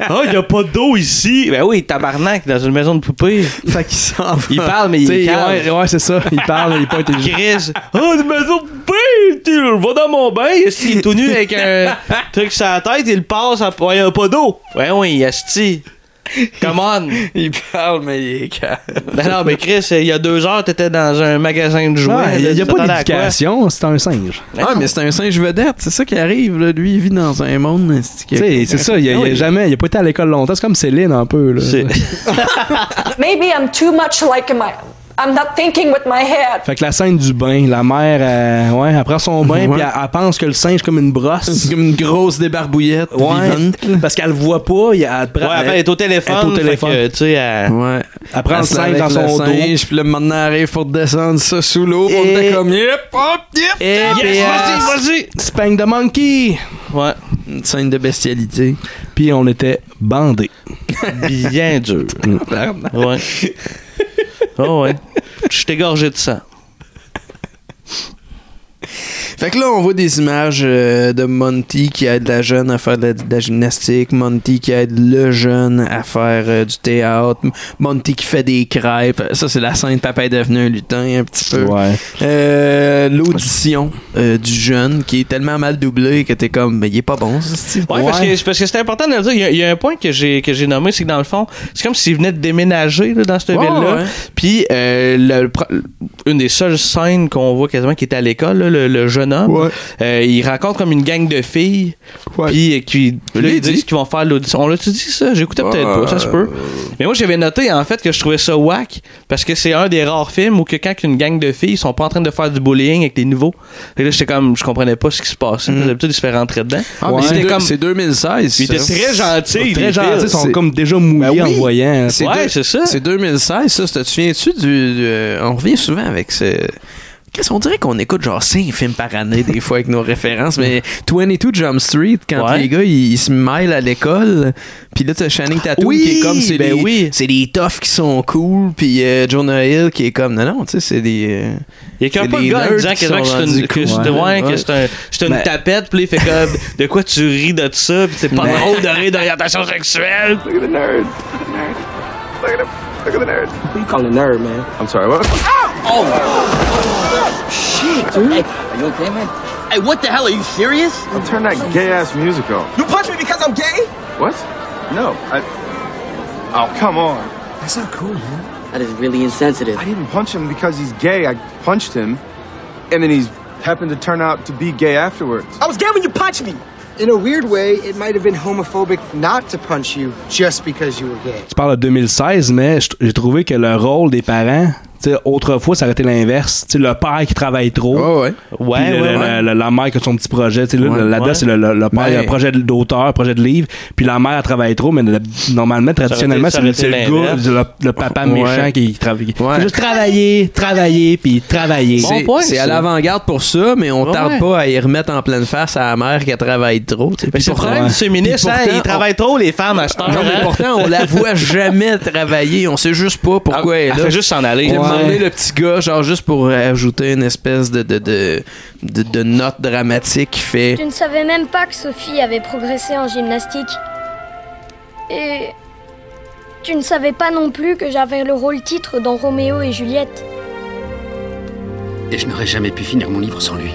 S2: Ah, y a pas d'eau ici! Ben oui, tabarnak, dans une maison de poupée.
S1: Fait qu'il s'en va.
S2: Il parle, mais il
S3: T'sais,
S2: est calme.
S3: ouais, ouais, c'est ça. Il parle, il est pas intelligent.
S2: Chris. Ah, une maison de poupée! Tu vas dans mon bain! Il est tout nu avec un truc sur la tête, il passe, à... ouais, y a pas d'eau! Ouais, oui, asti. Come on!
S1: Il parle, mais il est calme.
S2: Ben non, mais Chris, il y a deux heures, t'étais dans un magasin de jouets.
S3: Ouais, il y a,
S2: Tu
S3: pas
S2: t'attendais à quoi?
S3: d'éducation, c'est un singe.
S1: Ah, mais c'est un singe vedette, c'est ça qui arrive, là. Lui, il vit dans un monde.
S3: Tu sais, c'est ça, il a, il a jamais, il a pas été à l'école longtemps. C'est comme Céline un peu. Là.
S19: Maybe I'm too much like my. I'm not thinking with my head.
S3: Fait que la scène du bain, la mère, euh, ouais, elle prend son bain, puis elle, elle pense que le singe est comme une brosse.
S1: comme une grosse débarbouillette
S2: vivante,
S3: Parce qu'elle le voit pas, il- elle, prend-
S2: Ouais, après, elle est au téléphone,
S3: Elle est au
S2: fait
S3: téléphone.
S2: que, tu sais, elle-
S1: Ouais.
S3: Elle prend le
S1: se lave
S3: singe dans
S1: avec
S3: son
S1: le
S3: dos.
S1: singe, Puis là, maintenant, elle arrive pour descendre ça sous l'eau. puis On était comme, yep, hop, yep,
S3: Et
S1: yep,
S3: puis,
S1: yes, vas-y,
S3: euh,
S1: vas-y.
S3: Spank the monkey!
S2: Ouais.
S1: Une scène de bestialité.
S3: Puis on était bandés.
S2: Bien dur. Ouais. Oh ouais. Je t'ai gorgé de sang.
S1: Fait que là, on voit des images euh, de Monty qui aide la jeune à faire de la, de la gymnastique, Monty qui aide le jeune à faire euh, du théâtre, M- Monty qui fait des crêpes. Ça, c'est la scène Papa est devenu un lutin, un petit peu. Euh, L'audition euh, du jeune qui est tellement mal doublée que t'es comme, mais il est pas bon, ce style.
S2: Ouais, Parce, que, parce que c'est important de le dire. Il y a- Il y, a un point que j'ai, que j'ai nommé, c'est que dans le fond, c'est comme s'il venait de déménager là, dans cette
S1: Ouais,
S2: ville-là.
S1: ouais.
S2: Puis, euh, le pro- une des seules scènes qu'on voit quasiment qui est à l'école, là, le, le jeune homme, euh, il rencontre comme une gang de filles. Puis, euh, qui, là,
S1: l'ai
S2: ils disent
S1: dit.
S2: qu'ils vont faire l'audition. On l'a-tu dit ça? J'écoutais peut-être
S1: Ouais.
S2: pas, ça se peut. Mais moi, j'avais noté en fait que je trouvais ça whack parce que c'est un des rares films où que quand une gang de filles sont pas en train de faire du bullying avec les nouveaux. Et là, j'étais comme, je comprenais pas ce qui se passait. D'habitude, ils se feraient rentrer dedans.
S1: Mm. Ah, mais
S2: Ouais.
S1: c'est
S2: C'était
S1: deux-
S2: comme-
S1: c'est 2016.
S2: Puis il était
S1: ça.
S2: très gentil,
S3: Très
S2: les
S3: gentils,
S2: filles.
S3: ils sont
S1: C'est-
S3: comme déjà mouillés
S1: Ben
S3: en
S1: oui.
S3: voyant.
S1: C'est
S2: Ouais,
S1: deux-
S2: c'est ça.
S1: C'est 2016, ça. Te souviens-tu du. du- euh, on revient souvent avec ce. Qu'est-ce qu'on dirait qu'on écoute genre 5 films par année des fois avec nos références, mais 22 Jump Street, quand les gars ils, ils se mêlent à l'école, puis là t'as Channing Tatum
S2: Oui,
S1: qui est comme c'est
S2: ben
S1: des,
S2: oui.
S1: c'est des toughs qui sont cool, puis euh, Jonah Hill qui est comme non non, tu sais c'est des euh,
S2: Il y a qu'un
S1: c'est
S2: pas
S1: des
S2: le gars en
S1: nerds
S2: disant
S1: qui
S2: quasiment que
S1: sont
S2: c'est
S1: rendus
S2: une, que c'est-
S1: cool.
S2: ouais, que c'est un- c'est une
S1: Ben-
S2: tapette, puis il fait comme de quoi tu ris de ça, puis c'est pas
S1: Ben-
S2: drôle de rire d'orientation sexuelle.
S16: Look at the nerd. Look at the nerd. Look at the nerd. What do you call a nerd, man? I'm sorry, what? Oh! Shit, dude. Are you okay, man? Hey, what the hell? Are you serious? I'll turn that
S20: Gay ass music off.
S16: You punch me because I'm gay?
S20: What? No, I. Oh, come on.
S16: That's not cool, man.
S20: That is really insensitive. I didn't punch him because he's gay. I punched him, and then he's happened to turn out to be gay afterwards.
S16: I was gay when you punched me.
S21: in a weird way, it might have been homophobic not to punch you just because you were gay.
S3: Tu parles de 2016, mais je- j'ai trouvé que le rôle des parents, tu sais, autrefois, ça aurait été l'inverse. Tu sais, le père qui travaille trop.
S1: Ouais,
S3: Puis
S1: Ouais,
S3: le-
S1: ouais,
S3: le-
S1: ouais.
S3: le- la mère qui a son petit projet. Tu sais, là,
S1: Ouais,
S3: là-dedans,
S1: ouais.
S3: c'est le, le- le père,
S1: Ouais.
S3: un projet d'auteur, projet de livre. Puis la mère, elle travaille trop, mais le- normalement, traditionnellement,
S1: ça
S3: c'est
S1: aurait
S3: le,
S1: été
S3: c'est le gars,
S1: l'inverse.
S3: le, le papa
S1: Ouais.
S3: méchant qui travaille. Faut juste travailler, travailler, puis travailler.
S1: C'est c'est à l'avant-garde pour ça, mais on
S2: Ouais.
S1: tarde pas à y remettre en pleine face à la mère qui travaille trop. tu sais. Puis
S2: C'est le
S1: pourtant-
S2: problème du féministe,
S1: puis
S2: hein,
S1: pourtant,
S2: ils travaillent trop, les femmes, à hein. ce temps
S1: Non, mais pourtant, on la voit jamais travailler. On sait juste pas pourquoi elle, est
S2: Ah elle
S1: là.
S2: fait juste s'en aller.
S1: Puis à un
S2: Ouais.
S1: moment donné, le petit gars, genre juste pour ajouter une espèce de, de, de, de- de note dramatique qui fait...
S18: Je ne savais même pas que Sophie avait progressé en gymnastique. Et tu ne savais pas non plus que j'avais le rôle titre dans Roméo et Juliette.
S22: Et je n'aurais jamais pu finir mon livre sans lui.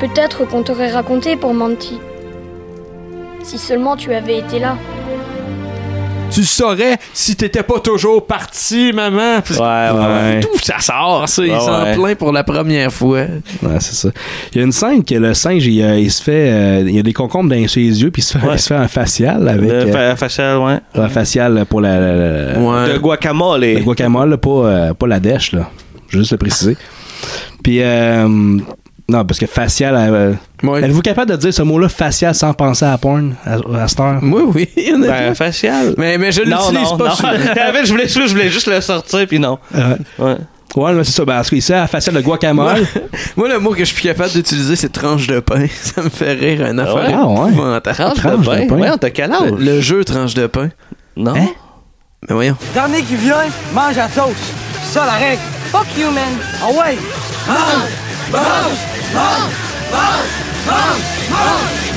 S18: Peut-être qu'on t'aurait raconté pour Manti. Si seulement tu avais été là.
S1: Tu le saurais si t'étais pas toujours parti, maman. Puis-
S3: ouais.
S1: Tout, ça sort, ça.
S2: Ah,
S3: Ouais,
S1: il s'en
S3: ouais.
S1: plaint pour la première fois.
S2: Euh,
S3: Ouais, c'est ça. Il y a une scène que le singe, il, euh, il se fait. euh, il y a des concombres dans ses yeux, puis il se fait, il se fait un facial avec.
S2: Le
S3: euh,
S2: fa- facial, ouais.
S3: un facial pour la. la- la-
S2: De guacamole.
S3: Le guacamole, là, pas, euh, pas la dèche, là. Je veux juste le préciser. Puis. euh, non, parce que facial. euh, Êtes-vous capable de dire ce mot-là, facial, sans penser à la porn, à, à cette heure?
S1: Oui, oui.
S2: Ben, facial.
S1: Mais, mais je
S2: Non,
S1: l'utilise
S2: non,
S1: pas
S2: non.
S1: souvent.
S2: En fait, je voulais, je voulais juste le sortir, puis non.
S1: Euh,
S3: Ouais. Ouais, mais c'est ça. Ben, en tout cas, il sert à facial de guacamole.
S1: Moi, le mot que je suis plus capable d'utiliser, c'est tranche de pain. Ça me fait rire un affaire.
S3: ouais? Ah ouais?
S1: épouvantable.
S3: Tranche de Tranche de pain? pain? Voyons,
S1: t'as quel âge? Le, le jeu tranche de pain.
S2: Non.
S1: Mais voyons.
S23: Dernier qui vient, mange à sauce. C'est ça la règle. Fuck you, man. Ah ouais. Mange, mange, mange, mange, mange,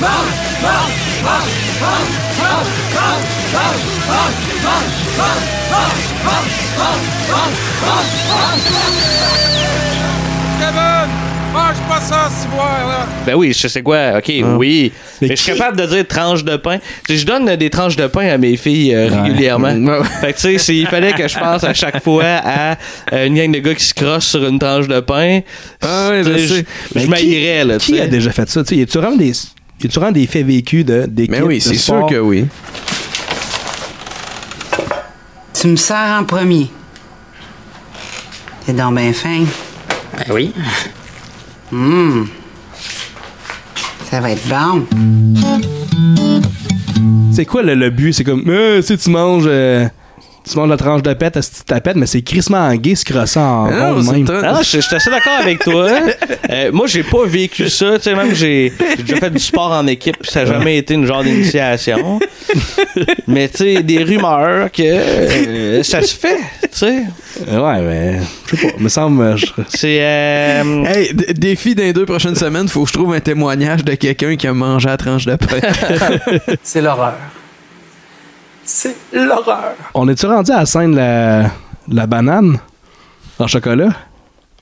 S23: mange, mange, mange, mange, mange, mange, mange, mange, mange, mange, mange, mange, mange, mange, mange, mange.
S24: Kevin, mange pas ça, si là.
S2: Ben oui, je sais quoi, ok, oui. Mais je suis capable de dire tranche de pain. Tu sais, Je donne des tranches de pain à mes filles euh, régulièrement. fait que tu sais, c'est- il fallait que je pense à chaque fois à euh, une gang de gars qui se crossent sur une tranche de pain.
S1: ouais,
S2: Tu sais,
S1: je sais.
S2: Je, je
S3: Mais qui-
S2: m'haïrais, là, tu
S3: Qui
S2: sais.
S3: a déjà fait ça? Tu sais, y a-tu vraiment des, y a-tu vraiment des faits vécus de, des
S1: Mais oui, c'est sûr que oui.
S25: Tu me sers en premier. T'es donc bien fin. Ben oui. Hum. Ça va être bon.
S3: C'est quoi le, le but? C'est comme, euh, si tu manges. euh, tu manges la tranche de pète, si tu tapette, mais c'est crissement gay se crossant en
S2: Ah
S3: rond de même.
S2: Non, je, je suis assez d'accord avec toi. Euh, moi, j'ai pas vécu ça. Tu sais, même j'ai j'ai déjà fait du sport en équipe, puis ça n'a jamais été une genre d'initiation. mais tu sais, des rumeurs que euh, ça se fait, tu sais.
S3: Ouais, mais. Je sais pas, me semble. euh, je-
S2: C'est. euh,
S1: Hey, d- défi dans les deux prochaines semaines, faut que je trouve un témoignage de quelqu'un qui a mangé la tranche de pain.
S23: C'est l'horreur. C'est l'horreur.
S3: On est-tu rendu à la scène de la, de la banane en chocolat?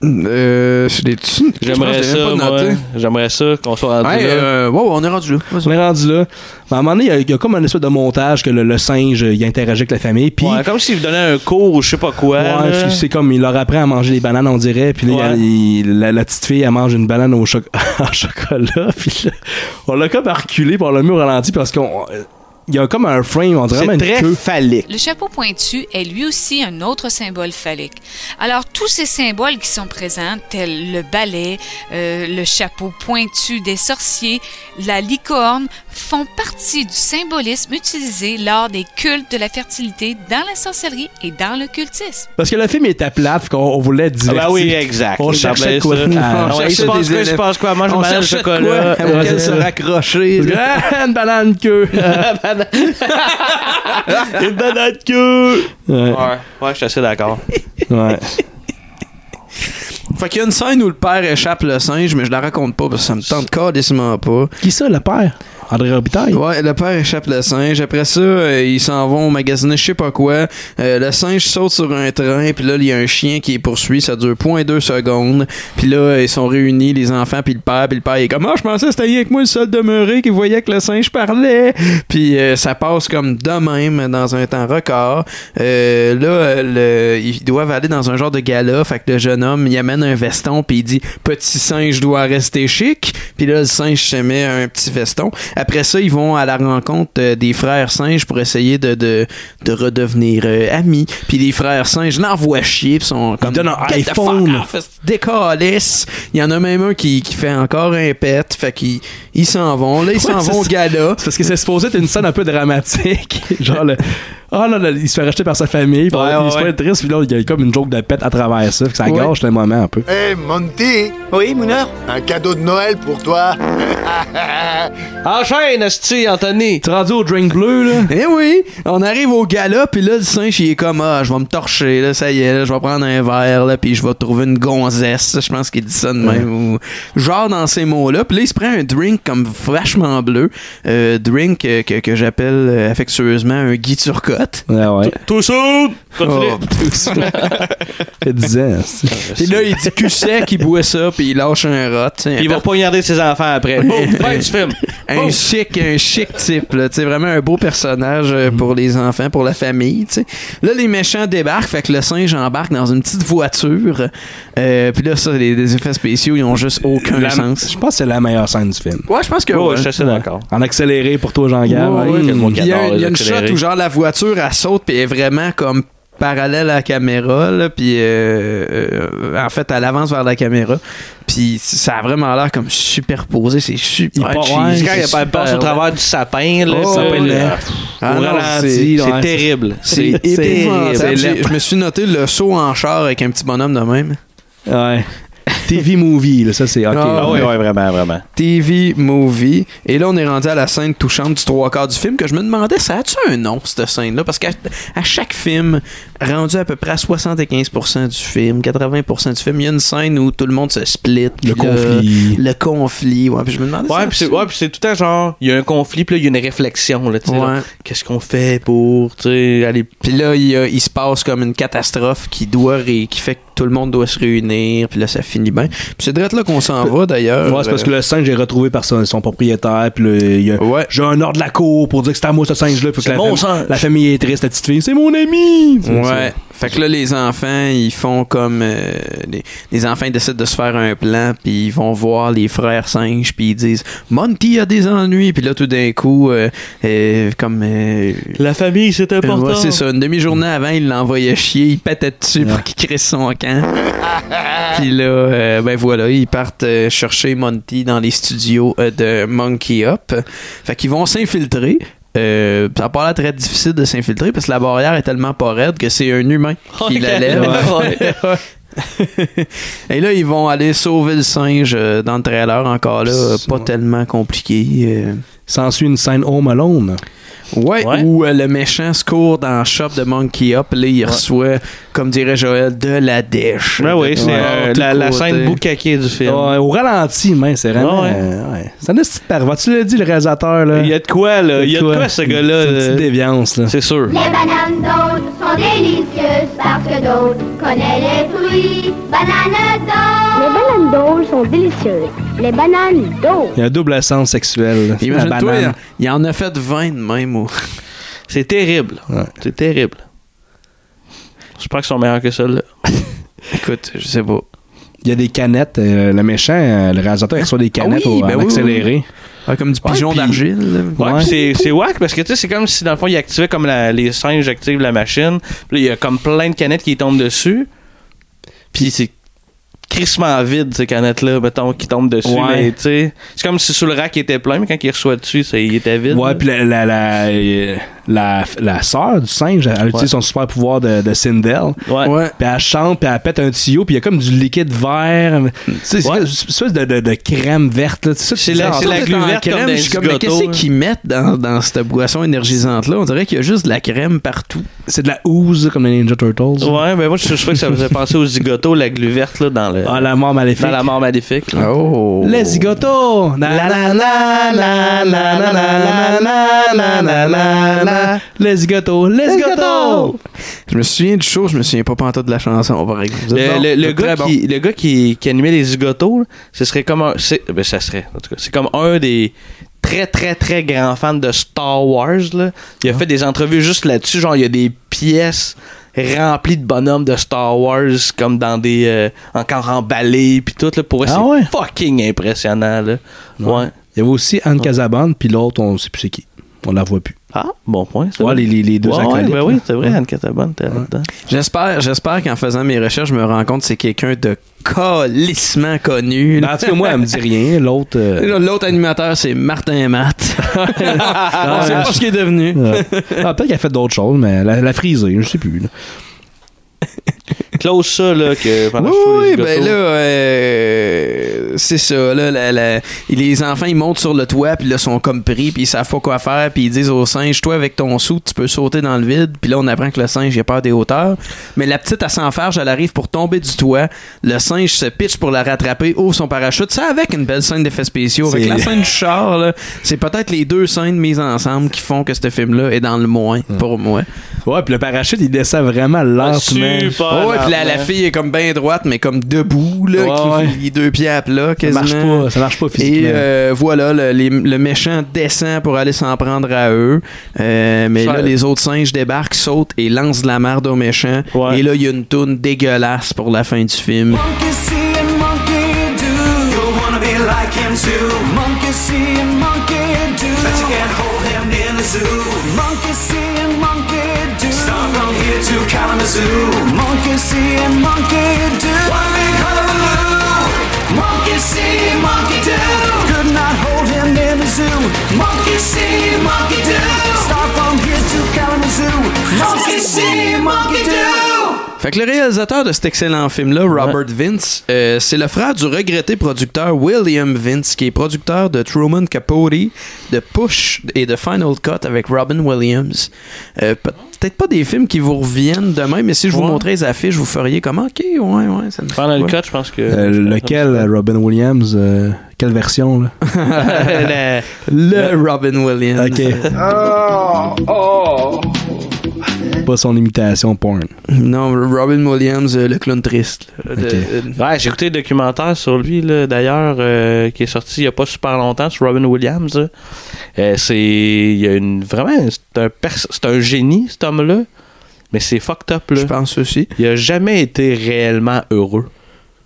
S1: Euh, je l'ai-tu?
S2: J'aimerais ça, moi. J'aimerais ça qu'on soit rendu
S3: Ouais,
S2: là.
S1: Euh, wow, on est rendu là.
S3: On est rendu là. Mais à un moment donné, il y a- il y, a comme un espèce de montage que le, le singe euh, il interagit avec la famille. Puis
S2: Ouais, comme s'il donnait un cours ou je sais pas quoi.
S3: Ouais,
S2: là.
S3: c'est- c'est comme il leur apprend à manger des bananes, on dirait. Puis là,
S2: Ouais.
S3: il- il- la, la petite fille, elle mange une banane au choc- en chocolat. Puis là, on l'a comme reculé, par le mur ralenti parce qu'on. Il y a comme un frame, on dirait
S2: C'est
S3: même une
S2: très
S3: queue.
S2: phallique.
S26: Le chapeau pointu est lui aussi un autre symbole phallique. Alors, tous ces symboles qui sont présents, tels le balai, euh, le chapeau pointu des sorciers, la licorne, font partie du symbolisme utilisé lors des cultes de la fertilité dans la sorcellerie et dans le cultisme.
S3: Parce que le film était plat, qu'on on voulait dire.
S2: Ah bah oui, exact.
S3: On
S2: Il
S3: cherchait
S2: semblait
S3: quoi?
S2: ça.
S3: Ah,
S2: On
S3: on
S2: cherchait
S3: cherchait
S2: des
S3: des
S2: élèves.
S3: élèves.
S2: Mange une
S3: On
S2: banane au
S3: cherchait de
S2: chocolat. euh,
S3: quoi auquel
S2: Ouais.
S3: se raccrocher. Ah, une banane queue.
S2: Une banane queue!
S3: Ouais.
S2: Ouais, ouais, je suis assez d'accord.
S3: Ouais.
S1: Fait qu'il y a une scène où le père échappe le singe, mais je la raconte pas parce que ça me tente carrément pas.
S3: Qui ça, le père? André Robitaille?
S1: Ouais, le père échappe le singe. Après ça, euh, ils s'en vont magasiner je sais pas quoi. Euh, le singe saute sur un train, puis là, il y a un chien qui les poursuit. Ça dure 0.2 secondes. Puis là, euh, ils sont réunis, les enfants, puis le père. Puis le père, il est comme « Ah, je pensais que c'était rien que moi, le seul demeuré qui voyait que le singe parlait! » Puis euh, ça passe comme de même dans un temps record. Euh, là, euh, le- ils doivent aller dans un genre de gala. Fait que le jeune homme, il amène un veston, puis il dit « Petit singe doit rester chic. » Puis là, le singe se met un petit veston. Après ça, ils vont à la rencontre euh, des frères singes pour essayer de, de, de redevenir euh, amis. Puis les frères singes l'envoient chier. Puis sont comme.
S3: donnent un
S1: Get the
S3: iPhone.
S1: fuck off, esti- décalisse. Il y en a même un qui, qui fait encore un pet. Fait qu'ils ils s'en vont. Là, ils s'en
S3: Ouais, c'est
S1: vont au
S3: ça.
S1: gala.
S3: C'est parce que c'est supposé être une scène un peu dramatique. Genre, le. Ah non, là, il se fait racheter par sa famille. puis
S14: Ouais,
S3: il se
S14: ouais,
S3: fait
S14: ouais.
S3: triste. Puis là, il y a comme une joke de pète à travers ça. Fait que ça
S14: Ouais.
S3: gâche le moment un peu.
S14: Hé, Eh, Monty! Oui, Mooner? Un cadeau de Noël pour toi.
S1: Enchaîne, Asti, Anthony. T'es rendu au drink bleu, là? Eh oui! On arrive au gala, puis là, le singe, il est comme, ah, je vais me torcher, là, ça y est, là, je vais prendre un verre, là, puis je vais trouver une gonzesse. Je pense qu'il dit ça de même. ou- Genre dans ces mots-là. Puis là, il se prend un drink comme vachement bleu. euh, drink euh, que, que j'appelle euh, affectueusement un Guy Turcotte.
S3: Ah ouais.
S1: Tout soon!
S3: Oh, tout ça. Fait 10 ans. asti.
S1: Puis là, il dit cul sec, il boit ça, puis il lâche un rot. tu sais, un
S2: Il va poignarder ses enfants après. Boum, fin du film.
S1: un chic, un chic type, là. Tu sais, vraiment un beau personnage euh, pour les enfants, pour la famille, tu sais. Là, les méchants débarquent, fait que le singe embarque dans une petite voiture. Euh, Puis là, ça, les, les effets spéciaux, ils ont juste aucun
S3: La-
S1: sens.
S3: Je pense que c'est la meilleure scène du film.
S1: Ouais, je pense que
S3: Ouais,
S2: Oh,
S1: ouais.
S3: ouais, je suis assez d'accord. En accéléré pour toi, Jean-Gab.
S1: Ouais, ouais.
S3: Mmh.
S1: Il y a, il y a une shot où genre la voiture elle saute puis elle est vraiment comme parallèle à la caméra là, puis euh, euh, en fait elle avance vers la caméra puis ça a vraiment l'air comme superposé c'est super
S2: part-
S1: cheesy,
S2: ouais,
S1: c'est
S2: quand il
S1: super
S2: passe au
S1: laid.
S2: travers du sapin, là,
S1: Oh,
S2: ça
S1: ouais.
S2: peut être-
S1: Ah
S2: au
S1: non,
S2: ralenti,
S1: c'est-
S2: c'est
S1: ouais,
S2: terrible.
S1: c'est
S2: C'est
S1: épouvantable.
S2: terrible.
S1: J'ai- je me suis noté le saut en char avec un petit bonhomme de même
S3: Ouais. TV movie, là, ça c'est ok.
S1: Ah,
S3: là.
S1: ouais, ouais,
S2: vraiment, vraiment.
S1: TV Movie. Et là, on est rendu à la scène touchante du trois quarts du film que je me demandais, ça a-tu un nom, cette scène-là? Parce qu'à à chaque film, rendu à peu près à 75% du film, 80% du film, il y a une scène où tout le monde se split. puis
S3: Le
S2: euh,
S3: conflit.
S1: Le conflit, ouais. Puis je me demandais
S2: Ouais,
S1: ça.
S2: puis c'est ouais, puis c'est tout à genre, il y a un conflit, puis là, il y a une réflexion. Là, tu sais,
S1: Ouais.
S2: genre, Qu'est-ce qu'on fait pour tu sais, aller.
S1: Puis là, il, y a- il se passe comme une catastrophe qui doit ré- qui fait que tout le monde doit se réunir. Puis là, ça finit bien. Puis c'est direct là qu'on s'en va, d'ailleurs.
S3: Ouais, c'est parce que
S1: Euh,
S3: le singe est retrouvé par son, son propriétaire, puis le- il y a- j'ai un ordre de la cour pour dire que c'est à moi ce singe-là, puis que
S1: C'est
S3: la,
S1: mon
S3: fam-
S1: singe.
S3: la famille est triste, la petite fille, c'est mon ami! C'est
S1: Ouais.
S3: ça.
S1: Fait que là, les enfants, ils font comme. euh, les, les enfants, ils décident de se faire un plan, puis ils vont voir les frères singes, puis ils disent Monty a des ennuis, puis là, tout d'un coup, euh, euh, comme.
S2: la famille, c'est important.
S1: ouais, c'est ça. Une demi-journée avant, ils l'envoyaient chier, ils pétaient dessus pour qu'il crisse son camp. puis là, euh, ben voilà, ils partent euh, chercher Monty dans les studios euh, de Monkey Up. Fait qu'ils vont s'infiltrer. Euh, ça n'a pas l'air très difficile de s'infiltrer parce que la barrière est tellement pas raide que c'est un humain qui
S2: Ouais,
S1: la lève.
S2: ouais.
S1: Et là, ils vont aller sauver le singe euh, dans le trailer encore là. euh, Pas tellement compliqué. euh.
S3: S'ensuit une scène Home Alone.
S1: Ouais, où euh, le méchant se court dans le shop de Monkey Up. Là, il reçoit, comme dirait Joël, de la dèche.
S2: Ouais, oui,
S1: De
S2: c'est
S1: tous
S2: euh,
S1: côtés.
S2: la, la scène boucaquée du film.
S3: Ouais, Ah, au ralenti, man, c'est vraiment.
S2: Ouais, ouais.
S3: euh, ouais. C'est un petit pervers. Tu l'as dit, le réalisateur, là.
S2: Il y a de quoi, là? Il y a de quoi, ce gars-là?
S3: C'est une petite
S2: là?
S3: déviance, là.
S2: C'est sûr.
S27: Les bananes d'autres sont délicieuses parce que d'autres connaissent les fruits. Bananes d'autres. Les bananes d'autres sont délicieuses. Les bananes d'autres.
S3: Il y a un double sens sexuel. là.
S1: Puis
S3: La
S1: Imagine-toi, il,
S3: banane.
S2: hein.
S1: en- il en a fait 20 de même. au-
S2: C'est terrible. C'est terrible. J'espère qu'ils sont meilleurs que celle-là.
S1: Écoute, je sais pas.
S3: Il y a des canettes. euh, le méchant, euh, le réalisateur, il reçoit des canettes
S2: oui,
S3: au,
S2: ben
S3: en
S2: oui,
S3: accéléré.
S2: oui.
S1: Ouais, Ah, comme du
S2: pigeon
S1: d'argile.
S2: Ouais, puis c'est- c'est wack parce que tu sais, c'est comme si dans le fond, il activait comme la- les singes activent la machine. Puis là, il y a comme plein de canettes qui tombent dessus. Puis c'est crissement vide ces canettes-là, mettons, qui tombent dessus.
S3: Ouais.
S2: Mais tu sais, c'est comme si sur le rack il était plein, mais quand il reçoit dessus, c'est- il était vide.
S3: Ouais, puis la, la, la, euh, la, la sœur du singe, elle utilise
S2: Ouais.
S3: son super pouvoir de, de Sindel.
S1: Ouais.
S3: Puis elle chante, puis elle pète un tuyau, puis il y a comme du liquide vert. Tu sais, c'est une espèce de, de, de crème verte. là. Tu sais, ça, tu
S2: C'est
S3: dis,
S2: la-
S3: ah,
S2: c'est
S3: ça,
S2: la
S3: t'es
S2: glue
S3: en
S2: verte
S3: crème,
S2: comme dans
S3: je
S1: Je
S3: suis
S1: suis comme, mais
S2: gâteau,
S1: qu'est-ce
S2: hein.
S1: qu'ils mettent dans, dans cette boisson énergisante-là? On dirait qu'il y a juste de la crème partout.
S3: C'est de la ouze comme les Ninja Turtles.
S2: Ouais, mais moi, je suis sûr que ça faisait penser aux zigotos, la glue verte, là, dans le.
S3: Ah, la mort maléfique.
S2: Dans la mort maléfique. là.
S1: Oh.
S3: Les zigotos! Na, na, na, na, na, na, na, na, na, na, na, na, na. Les zigotos! Les zigotos!
S1: Je me souviens du show, je me souviens pas pantoute de la chanson, par exemple. Vous êtes
S2: Le,
S1: bon,
S2: le- le
S1: vous êtes
S2: gars
S1: très bon.
S2: qui, le gars qui, qui animait les zigotos, là, ce serait comme un. c'est- ben, ça serait, en tout cas. C'est comme un des très, très, très grands fans de Star Wars. Là. Il a fait des entrevues juste là-dessus. Genre, il y a des pièces rempli de bonhommes de Star Wars comme dans des euh, encore emballés puis tout là pour eux,
S3: Ah
S2: c'est
S3: ouais?
S2: fucking impressionnant là. Ouais.
S3: Il y avait aussi Anne Casabonne, puis l'autre, on sait plus c'est qui. On la voit plus.
S2: Ah, bon point.
S3: Ouais, les, les, les deux
S2: Ouais, ouais,
S3: acolytes.
S2: ben
S3: là.
S2: oui, c'est vrai,
S3: Ouais.
S2: Anne Catabonne, t'es là-dedans.
S1: J'espère, j'espère qu'en faisant mes recherches, je me rends compte que c'est quelqu'un de colissement connu.
S3: Ben, en tout cas, moi, elle me dit rien. L'autre. euh,
S1: L'autre animateur, c'est Martin Matt. On sait pas ce qu'il est devenu.
S3: Ouais. Ah, peut-être qu'elle a fait d'autres choses, mais la, la frisée, je sais plus. là.
S2: Close ça là que pendant
S1: Oui,
S2: que je
S1: oui,
S2: fais
S1: ben
S2: les gâteaux.
S1: là, euh, c'est ça. Là, la- la- les enfants, ils montent sur le toit, puis là, sont comme pris, puis ils savent pas quoi faire, puis ils disent au singe, toi, avec ton sou, tu peux sauter dans le vide, puis là, on apprend que le singe, il a peur des hauteurs. Mais la petite, à s'enfarge, elle arrive pour tomber du toit. Le singe se pitche pour la rattraper, ouvre son parachute. Ça, avec une belle scène d'effets spéciaux, avec
S3: C'est-
S1: la scène du char, là, c'est peut-être les deux scènes mises ensemble qui font que ce film-là est dans le moins,
S2: Hmm.
S1: pour moi.
S3: Ouais, puis le parachute, il descend
S1: Ah,
S3: vraiment lentement.
S1: Oh, ouais, puis la, la fille est comme bien droite, mais comme debout, là,
S3: Ouais,
S1: qui, les deux pieds à plat, quasiment.
S3: marche pas- ça marche pas physiquement.
S1: Et euh, voilà, le, les- le méchant descend pour aller s'en prendre à eux. Euh, mais
S2: Ça-
S1: là, les autres singes débarquent, sautent et lancent de la merde au méchant. Et là, il y a une toune dégueulasse pour la fin du film.
S8: Monkey see and monkey do. You'll wanna be like him too. Monkey see and monkey do. But you can't hold him in the zoo. Monkey see and monkey do. Start from here to Kalamazoo. Monkey see and monkey do. One big hullabaloo. Monkey see, monkey do. Could not hold him in the zoo. Monkey see, monkey do. Start from here to Kalamazoo. Monkey see, monkey do.
S1: Fait que le réalisateur de cet excellent film-là, Robert Vince, euh, c'est le frère du regretté producteur William Vince, qui est producteur de Truman Capote, de Push et de Final Cut avec Robin Williams. Euh, peut- Peut-être pas des films qui vous reviennent demain, mais si je vous montrais les affiches, vous feriez comme OK, ouais, ouais. Ça me fait
S2: Final
S1: quoi.
S2: Cut, je pense que
S3: Euh, lequel, euh, Robin Williams euh, Quelle version, là
S2: Euh,
S1: le, Robin Williams.
S3: Ok.
S24: Oh, oh.
S3: Pas son imitation porn.
S1: Non, Robin Williams, euh, le clown triste. là, de-
S3: Ok.
S1: euh,
S2: Ouais, j'ai écouté le documentaire sur lui, là, d'ailleurs, euh, qui est sorti il n'y a pas super longtemps, sur Robin Williams. là. Euh, c'est. Il y a une. Vraiment, c'est un, pers- c'est un génie, cet homme-là. Mais c'est fucked up, là. Je
S1: pense aussi.
S2: Il a jamais été réellement heureux.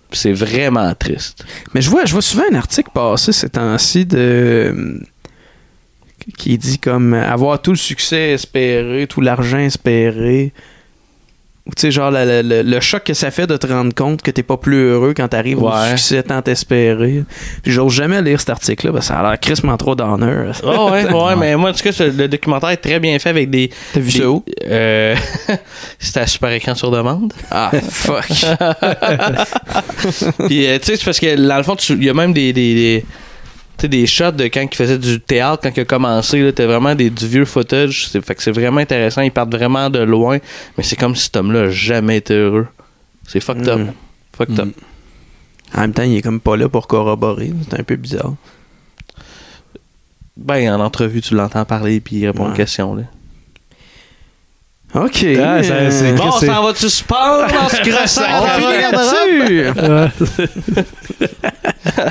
S2: Puis C'est vraiment triste.
S1: Mais je vois, je vois souvent un article passer ces temps-ci de qui dit comme euh, avoir tout le succès espéré, tout l'argent espéré. Ou tu sais, genre la- la- la- le choc que ça fait de te rendre compte que t'es pas plus heureux quand t'arrives au
S2: Ouais.
S1: succès tant espéré. Puis j'ose jamais lire cet article-là, parce que ça a l'air crissement trop d'honneur.
S2: Ah ouais, ouais, mais moi, en tout cas, ce- le documentaire est très bien fait avec des.
S1: T'as vu
S2: des-
S1: ça où?
S2: Euh, C'était à super écran sur demande.
S1: Ah, fuck.
S2: Puis, euh, tu sais, c'est parce que, dans le fond, tu- il y a même des. des, des tu sais, des shots de quand il faisait du théâtre, quand il a commencé, là, t'as vraiment des, du vieux footage. C'est, fait que c'est vraiment intéressant. Ils partent vraiment de loin. Mais c'est comme si cet homme-là a jamais été heureux. C'est fucked up.
S1: Mm.
S2: Fucked up.
S1: En même temps, il est comme pas là pour corroborer. C'est un peu bizarre.
S2: Ben, en entrevue, tu l'entends parler, puis il répond aux
S1: Ouais.
S2: questions, là.
S1: Ok.
S3: Ah, ça- c'est-
S1: Euh,
S2: Bon,
S3: Qu'est-ce que
S2: ça
S3: c'est?
S2: va-tu se pendre en se crossant
S1: On
S2: dans la
S1: finit
S2: garde-robe?
S1: là-dessus.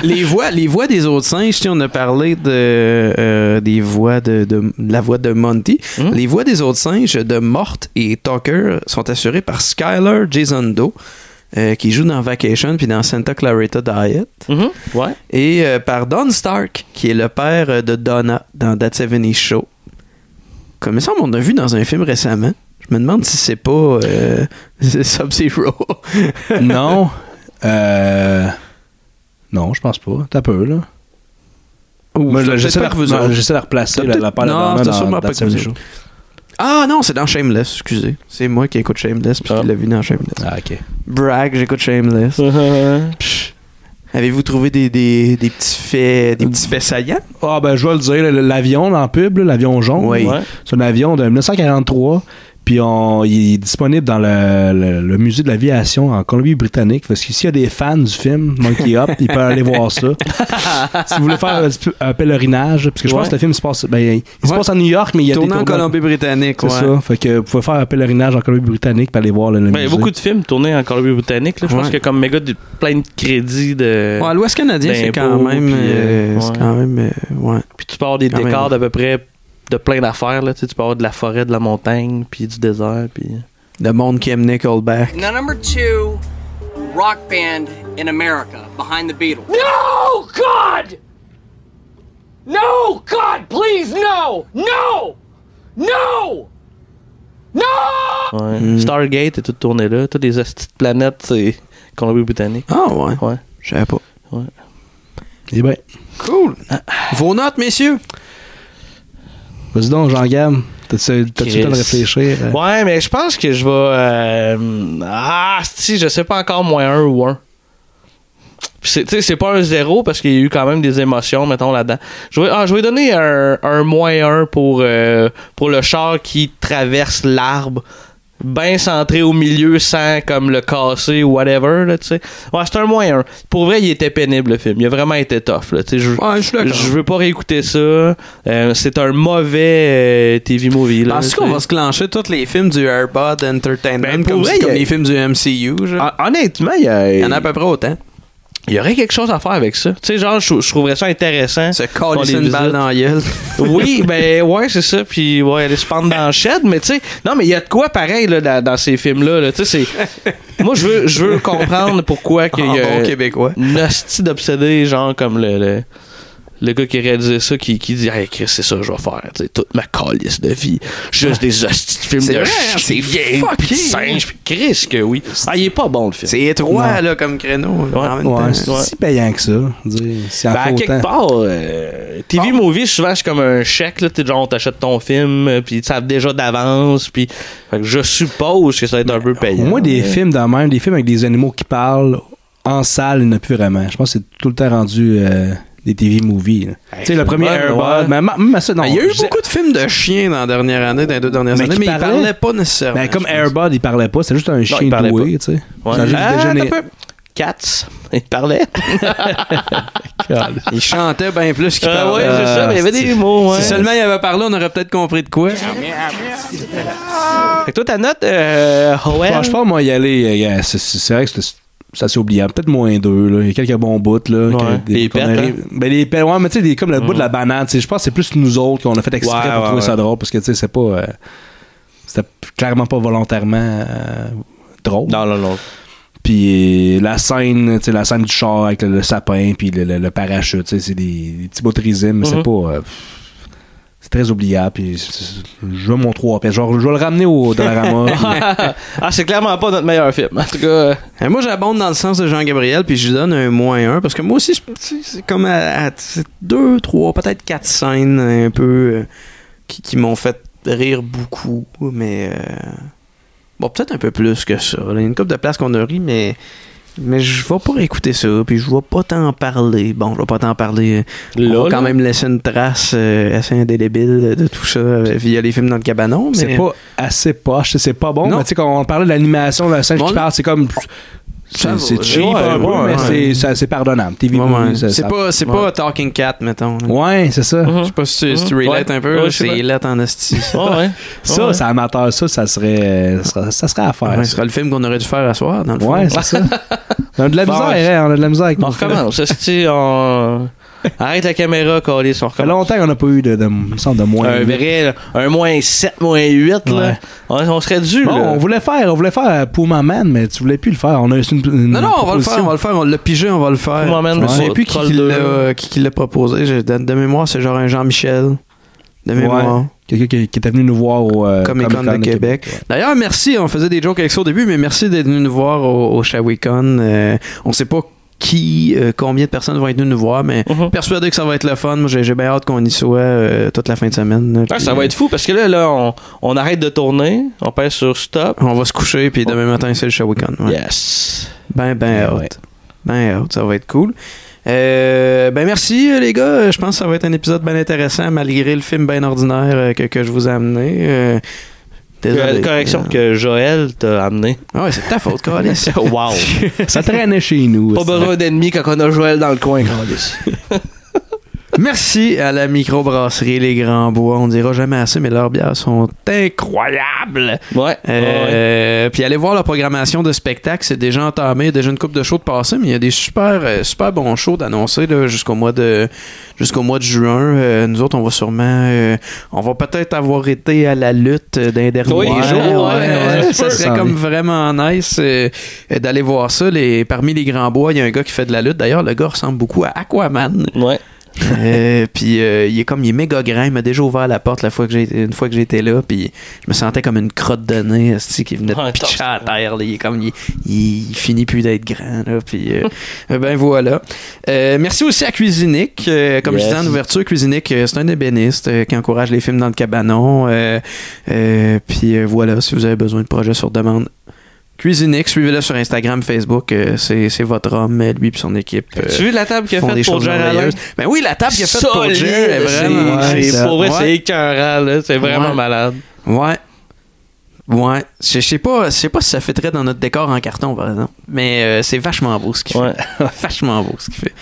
S1: les voix les voix des autres singes tu sais, on a parlé de euh, des voix de, de- de la voix de Monty les voix des autres singes de Mort et Tucker sont assurées par Skyler Jason Doe euh, qui joue dans Vacation puis dans Santa Clarita Diet
S2: Mm-hmm. ouais.
S1: et euh, par Don Stark qui est le père euh, de Donna dans That 70 Show comme ça on a vu dans un film récemment je me demande si c'est pas euh, Sub-Zero
S3: non. Euh... Non, je pense pas. T'as peu, là.
S1: Ou
S3: Moi,
S1: c'est
S3: j'essaie
S1: peut-être
S3: de, la-
S1: pas que vous
S3: non,
S1: autres.
S3: j'essaie de replacer
S1: C'est
S3: la, la
S1: peut-être-
S3: paire de
S1: non,
S3: Batman
S1: c'est
S3: dans-
S1: sûrement
S3: dans
S1: pas que
S3: Sam
S1: vous
S3: Show.
S1: autres. Ah non, c'est dans Shameless, excusez. C'est moi qui écoute Shameless puis qui l'ai vu dans Shameless.
S3: Ah, ok.
S1: Brag, j'écoute Shameless. Pff. Avez-vous trouvé des, des, des petits faits des petits faits saillants?
S3: Ah, ben, je vais le dire. le- L'avion dans la pub, là, l'avion jaune.
S1: Oui. Ouais.
S3: C'est un avion de 1943. Puis on, il est disponible dans le, le- le musée de l'aviation en Colombie-Britannique. Parce que s'il y a des fans du film Monkey Up, ils peuvent aller voir ça. si vous voulez faire un, petit peu- un pèlerinage, parce que je pense
S1: Ouais.
S3: que le film se passe, ben, il se
S1: Ouais.
S3: passe à New York, mais il y a
S1: Tournant en
S3: des tournages-
S1: Colombie-Britannique,
S3: C'est
S1: ouais.
S3: ça. Fait que vous pouvez faire un pèlerinage en Colombie-Britannique pour aller voir le, le
S2: Ben, il y a
S3: musée.
S2: beaucoup de films tournés en Colombie-Britannique. là. Je pense
S1: Ouais.
S2: que comme méga, des- plein de crédits de.
S1: Ouais, à l'Ouest canadien, c'est quand
S2: d'impôts,
S1: même.
S2: puis,
S1: euh,
S2: euh,
S1: c'est
S2: ouais.
S1: quand même. euh, ouais.
S2: Puis tu peux avoir des
S1: quand même.
S2: décors d'à peu près de plein d'affaires. là. Tu sais, tu peux avoir de la forêt, de la montagne, puis du désert. Puis...
S1: Le monde qui aime Nickelback.
S11: Now, number two rock band in America behind the Beatles.
S17: No, God! No, God, please, no! No! No! No!
S2: Ouais.
S1: Mm.
S2: Stargate est tout tourné là. Toutes les hosties de planètes, c'est Colombie-Britannique.
S1: Ah ouais?
S2: Ouais.
S1: Je savais pas.
S2: Ouais.
S3: Eh ben,
S1: Cool. Vos notes, messieurs.
S3: vas-y donc, Jean-Gab. T'as-tu t'as-tu le temps de
S2: Chris.
S3: réfléchir? euh?
S2: Ouais, mais je pense que je vais. euh, ah, si, je sais pas encore, moins un ou un. Puis c'est- Tu sais, c'est pas un zéro parce qu'il y a eu quand même des émotions, mettons, là-dedans. Je vais, ah, je vais donner un, un moins un pour, euh, pour le char qui traverse l'arbre, bien centré au milieu, sans comme le casser ou whatever, là, tu sais. Ouais, c'est un moins un. Pour vrai, il était pénible, le film. Il a vraiment été tough, là, tu sais. Je, je veux pas réécouter ça. Euh, c'est un mauvais euh, TV movie, là.
S1: Parce
S2: tu
S1: qu'on
S2: sais.
S1: va se clencher tous les films du AirPod Entertainment
S2: Ben, pour
S1: comme,
S2: vrai,
S1: comme
S2: il y a-
S1: les films du MCU?
S3: Ah,
S1: genre?
S2: Hon- Honnêtement, il y a.
S1: Il y en a à peu près autant.
S2: Il y aurait quelque chose à faire avec ça. Tu sais, genre, je, je trouverais ça intéressant. Se
S1: Coller une balle dans la gueule.
S2: oui, ben ouais, c'est ça. Puis ouais, aller se pendre dans la shed, mais tu sais, non, mais il y a de quoi pareil là, dans, dans ces films-là. là. Tu sais, c'est. Moi, je veux, je veux comprendre pourquoi qu'il y a
S1: En Ah, bon Québécois.
S2: une hostie d'obsédé, genre comme le, le, le gars qui réalisait ça, qui, qui dit, hey Chris, c'est ça que je vais faire. Tu sais, toute ma calice de vie, juste des hosties de films
S1: C'est
S2: de
S1: vrai, hein, c'est
S2: chiens, puis de
S1: fucké,
S2: singes, puis Chris que oui. Ah, il est pas bon le film.
S1: C'est étroit,
S2: Non.
S1: là, comme créneau. en même temps.
S3: Ouais, c'est si payant que ça. Je veux dire, C'est en
S2: Ben, à
S3: fait
S1: hein.
S2: quelque
S3: autant.
S2: part, euh, TV Movie, souvent, c'est comme un chèque, là. T'es genre, on t'achète ton film, euh, puis ils savent déjà d'avance, puis. Fait que je suppose que ça va être un peu payant.
S3: Moi, des
S2: Mais-
S3: films dans même, des films avec des animaux qui parlent en salle, il n'y en a plus vraiment. Je pense que c'est tout le temps rendu euh, des TV movies. là. tu sais, le premier
S1: ouais,
S3: Airbud,
S1: ouais.
S3: mais ma- même à ça, non.
S1: Mais Ah, Il y a eu
S3: je-
S1: beaucoup de films de chiens dans la dernière année, dans les deux dernières
S3: Mais
S1: années,
S3: qui
S1: mais ils
S3: parlaient.
S1: parlaient pas nécessairement.
S3: Ben, comme Airbud, il parlait pas, c'est juste un chien
S2: parlait
S3: doué, tu sais.
S2: Ouais.
S3: Ça a juste
S2: Ah,
S3: dégénéré.
S2: t'as un peu. Cats, il parlait.
S1: Ils chantaient bien plus qu'ils
S2: Ah
S1: parlaient.
S2: ouais, c'est ça, mais il y avait des mots, ouais.
S1: Si euh, seulement il avait parlé, on aurait peut-être compris de quoi.
S2: fait que toi, ta note, euh, Howell?
S3: Ouais, je pense, moi, y aller. euh, yeah, c'est- C'est c'est vrai que c'est c'est assez oubliable. Peut-être moins deux, là. Il y a quelques bons bouts, là. que-
S2: Les
S3: qu'on
S2: pets, hein?
S3: arrive- Ben, les pets, ouais, mais tu sais, des- comme le bout de la banane, tu sais, je pense que c'est plus nous autres qu'on a fait exprès
S2: Ouais,
S3: pour
S2: ouais,
S3: trouver
S2: ouais.
S3: ça drôle, parce que, tu sais, c'est pas. euh, C'était p- clairement pas volontairement euh, drôle.
S2: Non, non, non.
S3: Puis euh, la scène, tu sais, la scène du char avec le, le sapin, puis le, le- le parachute, tu sais, c'est des, des petits bouts de résine, mais c'est
S2: Mhm.
S3: pas. euh, pff, c'est très oubliable, puis c'est- c'est- je veux mon 3 pets. Genre, je vais le ramener au Dollarama. puis-
S2: ah, c'est clairement pas notre meilleur film. En tout cas, euh,
S1: Et moi, j'abonde dans le sens de Jean-Gabriel, puis je lui donne un moins un, parce que moi aussi, je- tu sais, c'est comme à, à- c'est deux, trois, peut-être quatre scènes un peu euh, qui, qui m'ont fait rire beaucoup, mais euh, bon, peut-être un peu plus que ça. là. Il y a une couple de places qu'on a ri, mais mais je vais pas écouter ça, puis je vais pas t'en parler. Bon, je vais pas t'en parler. euh,
S2: Là,
S1: On va quand
S2: là.
S1: même laisser une trace euh, assez indélébile de tout ça euh, via les films dans le cabanon, mais
S3: C'est pas assez poche, c'est pas bon.
S1: Non.
S3: Mais tu sais, quand on parlait de l'animation, la scène
S1: Bon,
S3: qui parle, c'est comme.
S1: va,
S3: C'est c'est
S1: ouais,
S3: cheap
S1: ouais,
S3: un peu,
S1: ouais,
S3: mais
S1: ouais.
S3: c'est- ça- c'est pardonnable. TV
S1: Ouais,
S3: movie,
S1: ouais.
S3: ça-
S1: C'est
S3: ça-
S1: pas, c'est
S3: ouais.
S1: pas Talking Cat, mettons. là.
S3: Ouais, c'est ça.
S1: Je sais pas si tu, si tu
S2: Mhm.
S1: relates
S2: Ouais.
S1: un peu,
S2: Ouais,
S1: là,
S2: je sais
S1: c'est
S2: pas.
S1: relate en esti. ça,
S2: Ah, ouais, ouais.
S3: Ça,
S2: Ouais.
S3: c'est amateur, ça, ça serait, ça serait, ça serait à faire.
S1: Ouais, ce
S3: ça.
S1: sera le film qu'on aurait dû faire à soir, dans le fond.
S3: Ouais, c'est ça. On a de la
S2: Bon,
S3: misère,
S2: ouais.
S3: hein, on a de la misère avec
S2: on
S3: nous. Ça
S2: recommence. Esti, on- Arrête la caméra, Calis, on
S3: fait
S2: recommence.
S3: longtemps qu'on n'a pas eu de, de, me semble, de moins.
S1: Euh,
S2: Un vrai, là, un moins 7, moins 8, là.
S3: Ouais.
S2: On, on serait dû,
S3: Bon,
S2: là.
S3: on voulait faire, on voulait faire Puma Man, mais tu voulais plus le faire. On a eu une, une
S1: Non, non, on va le
S3: proposition.
S1: faire, on va le faire, on l'a pigé, on va le faire.
S2: Moi, man,
S1: je me
S2: ouais.
S1: souviens plus qui,
S2: Troll
S1: qui
S2: deux.
S1: l'a, euh, qui- qui l'a proposé. Je- de, de mémoire, c'est genre un Jean-Michel. De mémoire.
S3: Ouais. Quelqu'un qui, qui était venu nous voir au euh,
S1: Comic Con de
S3: Comic-Con
S1: Québec. D'ailleurs, merci. On faisait des jokes avec ça au début, mais merci d'être venu nous voir au, au Shawicon. Euh, on sait pas qui, euh, combien de personnes vont être venues nous voir, mais
S2: Mm-hmm.
S1: persuadé que ça va être le fun. Moi, j'ai j'ai bien hâte qu'on y soit euh, toute la fin de semaine. là.
S2: Ah,
S1: Puis, euh,
S2: ça va être fou parce que là, là on, on arrête de tourner, on pèse sur stop.
S1: On va se coucher,
S2: Oh.
S1: puis demain matin, c'est le Shawicon. Ouais.
S2: Yes.
S1: Ben,
S2: Eh
S1: ben
S3: Ouais.
S1: hâte. Ben hâte, ça va être cool. Euh, ben merci euh, les gars, Euh, je pense que ça va être un épisode bien intéressant malgré le film bien ordinaire euh, que, que je vous ai amené. Euh, désolé.
S2: Euh, correction
S1: Euh,
S2: que Joël t'a amené.
S1: Ah ouais, c'est de ta faute, Carlis.
S2: wow.
S3: Ça traînait chez nous.
S2: Pas
S3: aussi.
S2: besoin d'ennemis quand on a Joël dans le coin, Carlis.
S1: Merci à la microbrasserie Les Grands Bois. On dira jamais assez, mais leurs bières sont incroyables.
S2: Ouais.
S1: Euh, Puis allez voir la programmation de spectacle. C'est déjà entamé, déjà une coupe de shows de passé, mais il y a des super, euh, super bons shows d'annoncer là, jusqu'au mois de jusqu'au mois de juin. Euh, nous autres, on va sûrement, euh, on va peut-être avoir été à la lutte euh, d'un dernier
S2: Oui, les jours, ouais, ouais,
S1: ça
S2: ouais.
S1: serait comme vraiment nice euh, euh, d'aller voir ça. Les, parmi les grands bois, il y a un gars qui fait de la lutte. D'ailleurs, le gars ressemble beaucoup à Aquaman.
S2: Ouais.
S1: puis euh, il est comme il est méga grand, il m'a déjà ouvert la porte la fois que j'ai une fois que j'étais là, puis je me sentais comme une crotte de nez esti, qui venait de pitcher à terre. là. il est comme il, il- il finit plus d'être grand là, puis euh, euh, ben voilà. Euh, merci aussi à Cuisinic, euh, comme
S2: Yes.
S1: je disais en ouverture, Cuisinic, euh, c'est un ébéniste euh, qui encourage les films dans le cabanon. euh, euh, puis euh, voilà, si vous avez besoin de projets sur demande. Cuisinic, suivez-le sur Instagram, Facebook, euh, c'est c'est votre homme, lui et son équipe. euh,
S2: Tu veux la table qu'il a
S1: font des
S2: faite pour
S1: choses
S2: Jerry Alain?
S1: merveilleuses. Ben oui, la table qu'il a faite pour
S2: Solide,
S1: Jerry, elle est
S2: c'est-
S1: vraiment-
S2: hein. c'est-
S1: Ouais,
S2: Pour vrai,
S1: ouais.
S2: c'est écœurant, là. C'est vraiment
S1: Ouais.
S2: malade.
S1: Ouais. Ouais. Je je sais pas, je sais pas si ça fitterait dans notre décor en carton, par exemple. Mais euh, c'est vachement beau ce qu'il fait. vachement beau ce qu'il fait.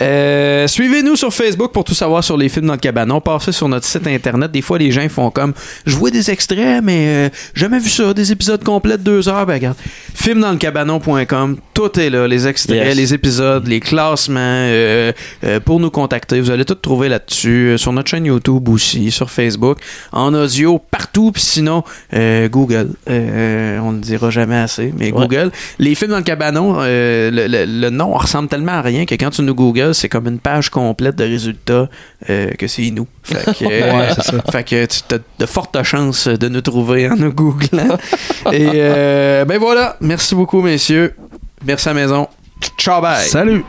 S1: Euh, Suivez-nous sur Facebook pour tout savoir sur les films dans le cabanon. Passez sur notre site internet. Des fois, les gens font comme je vois des extraits, mais euh, jamais vu ça, des épisodes complets de deux heures. Ben regarde, filmdanslecabanon.com, tout est là, les extraits,
S2: Yes.
S1: les épisodes, les classements. euh, euh, pour nous contacter, vous allez tout trouver là-dessus, euh, sur notre chaîne YouTube aussi, sur Facebook, en audio partout. Puis sinon, euh, Google, Euh, euh, on ne le dira jamais assez, mais
S2: Ouais.
S1: Google. Les films dans le cabanon, euh, le, le- le nom ressemble tellement à rien que quand tu nous Google, c'est comme une page complète de résultats euh, que c'est nous. Fait que, euh,
S3: Ouais, c'est ça.
S1: fait que tu as de fortes chances de nous trouver en nous googlant. Et euh, ben voilà, merci beaucoup messieurs. Merci à la maison. Ciao bye.
S3: Salut!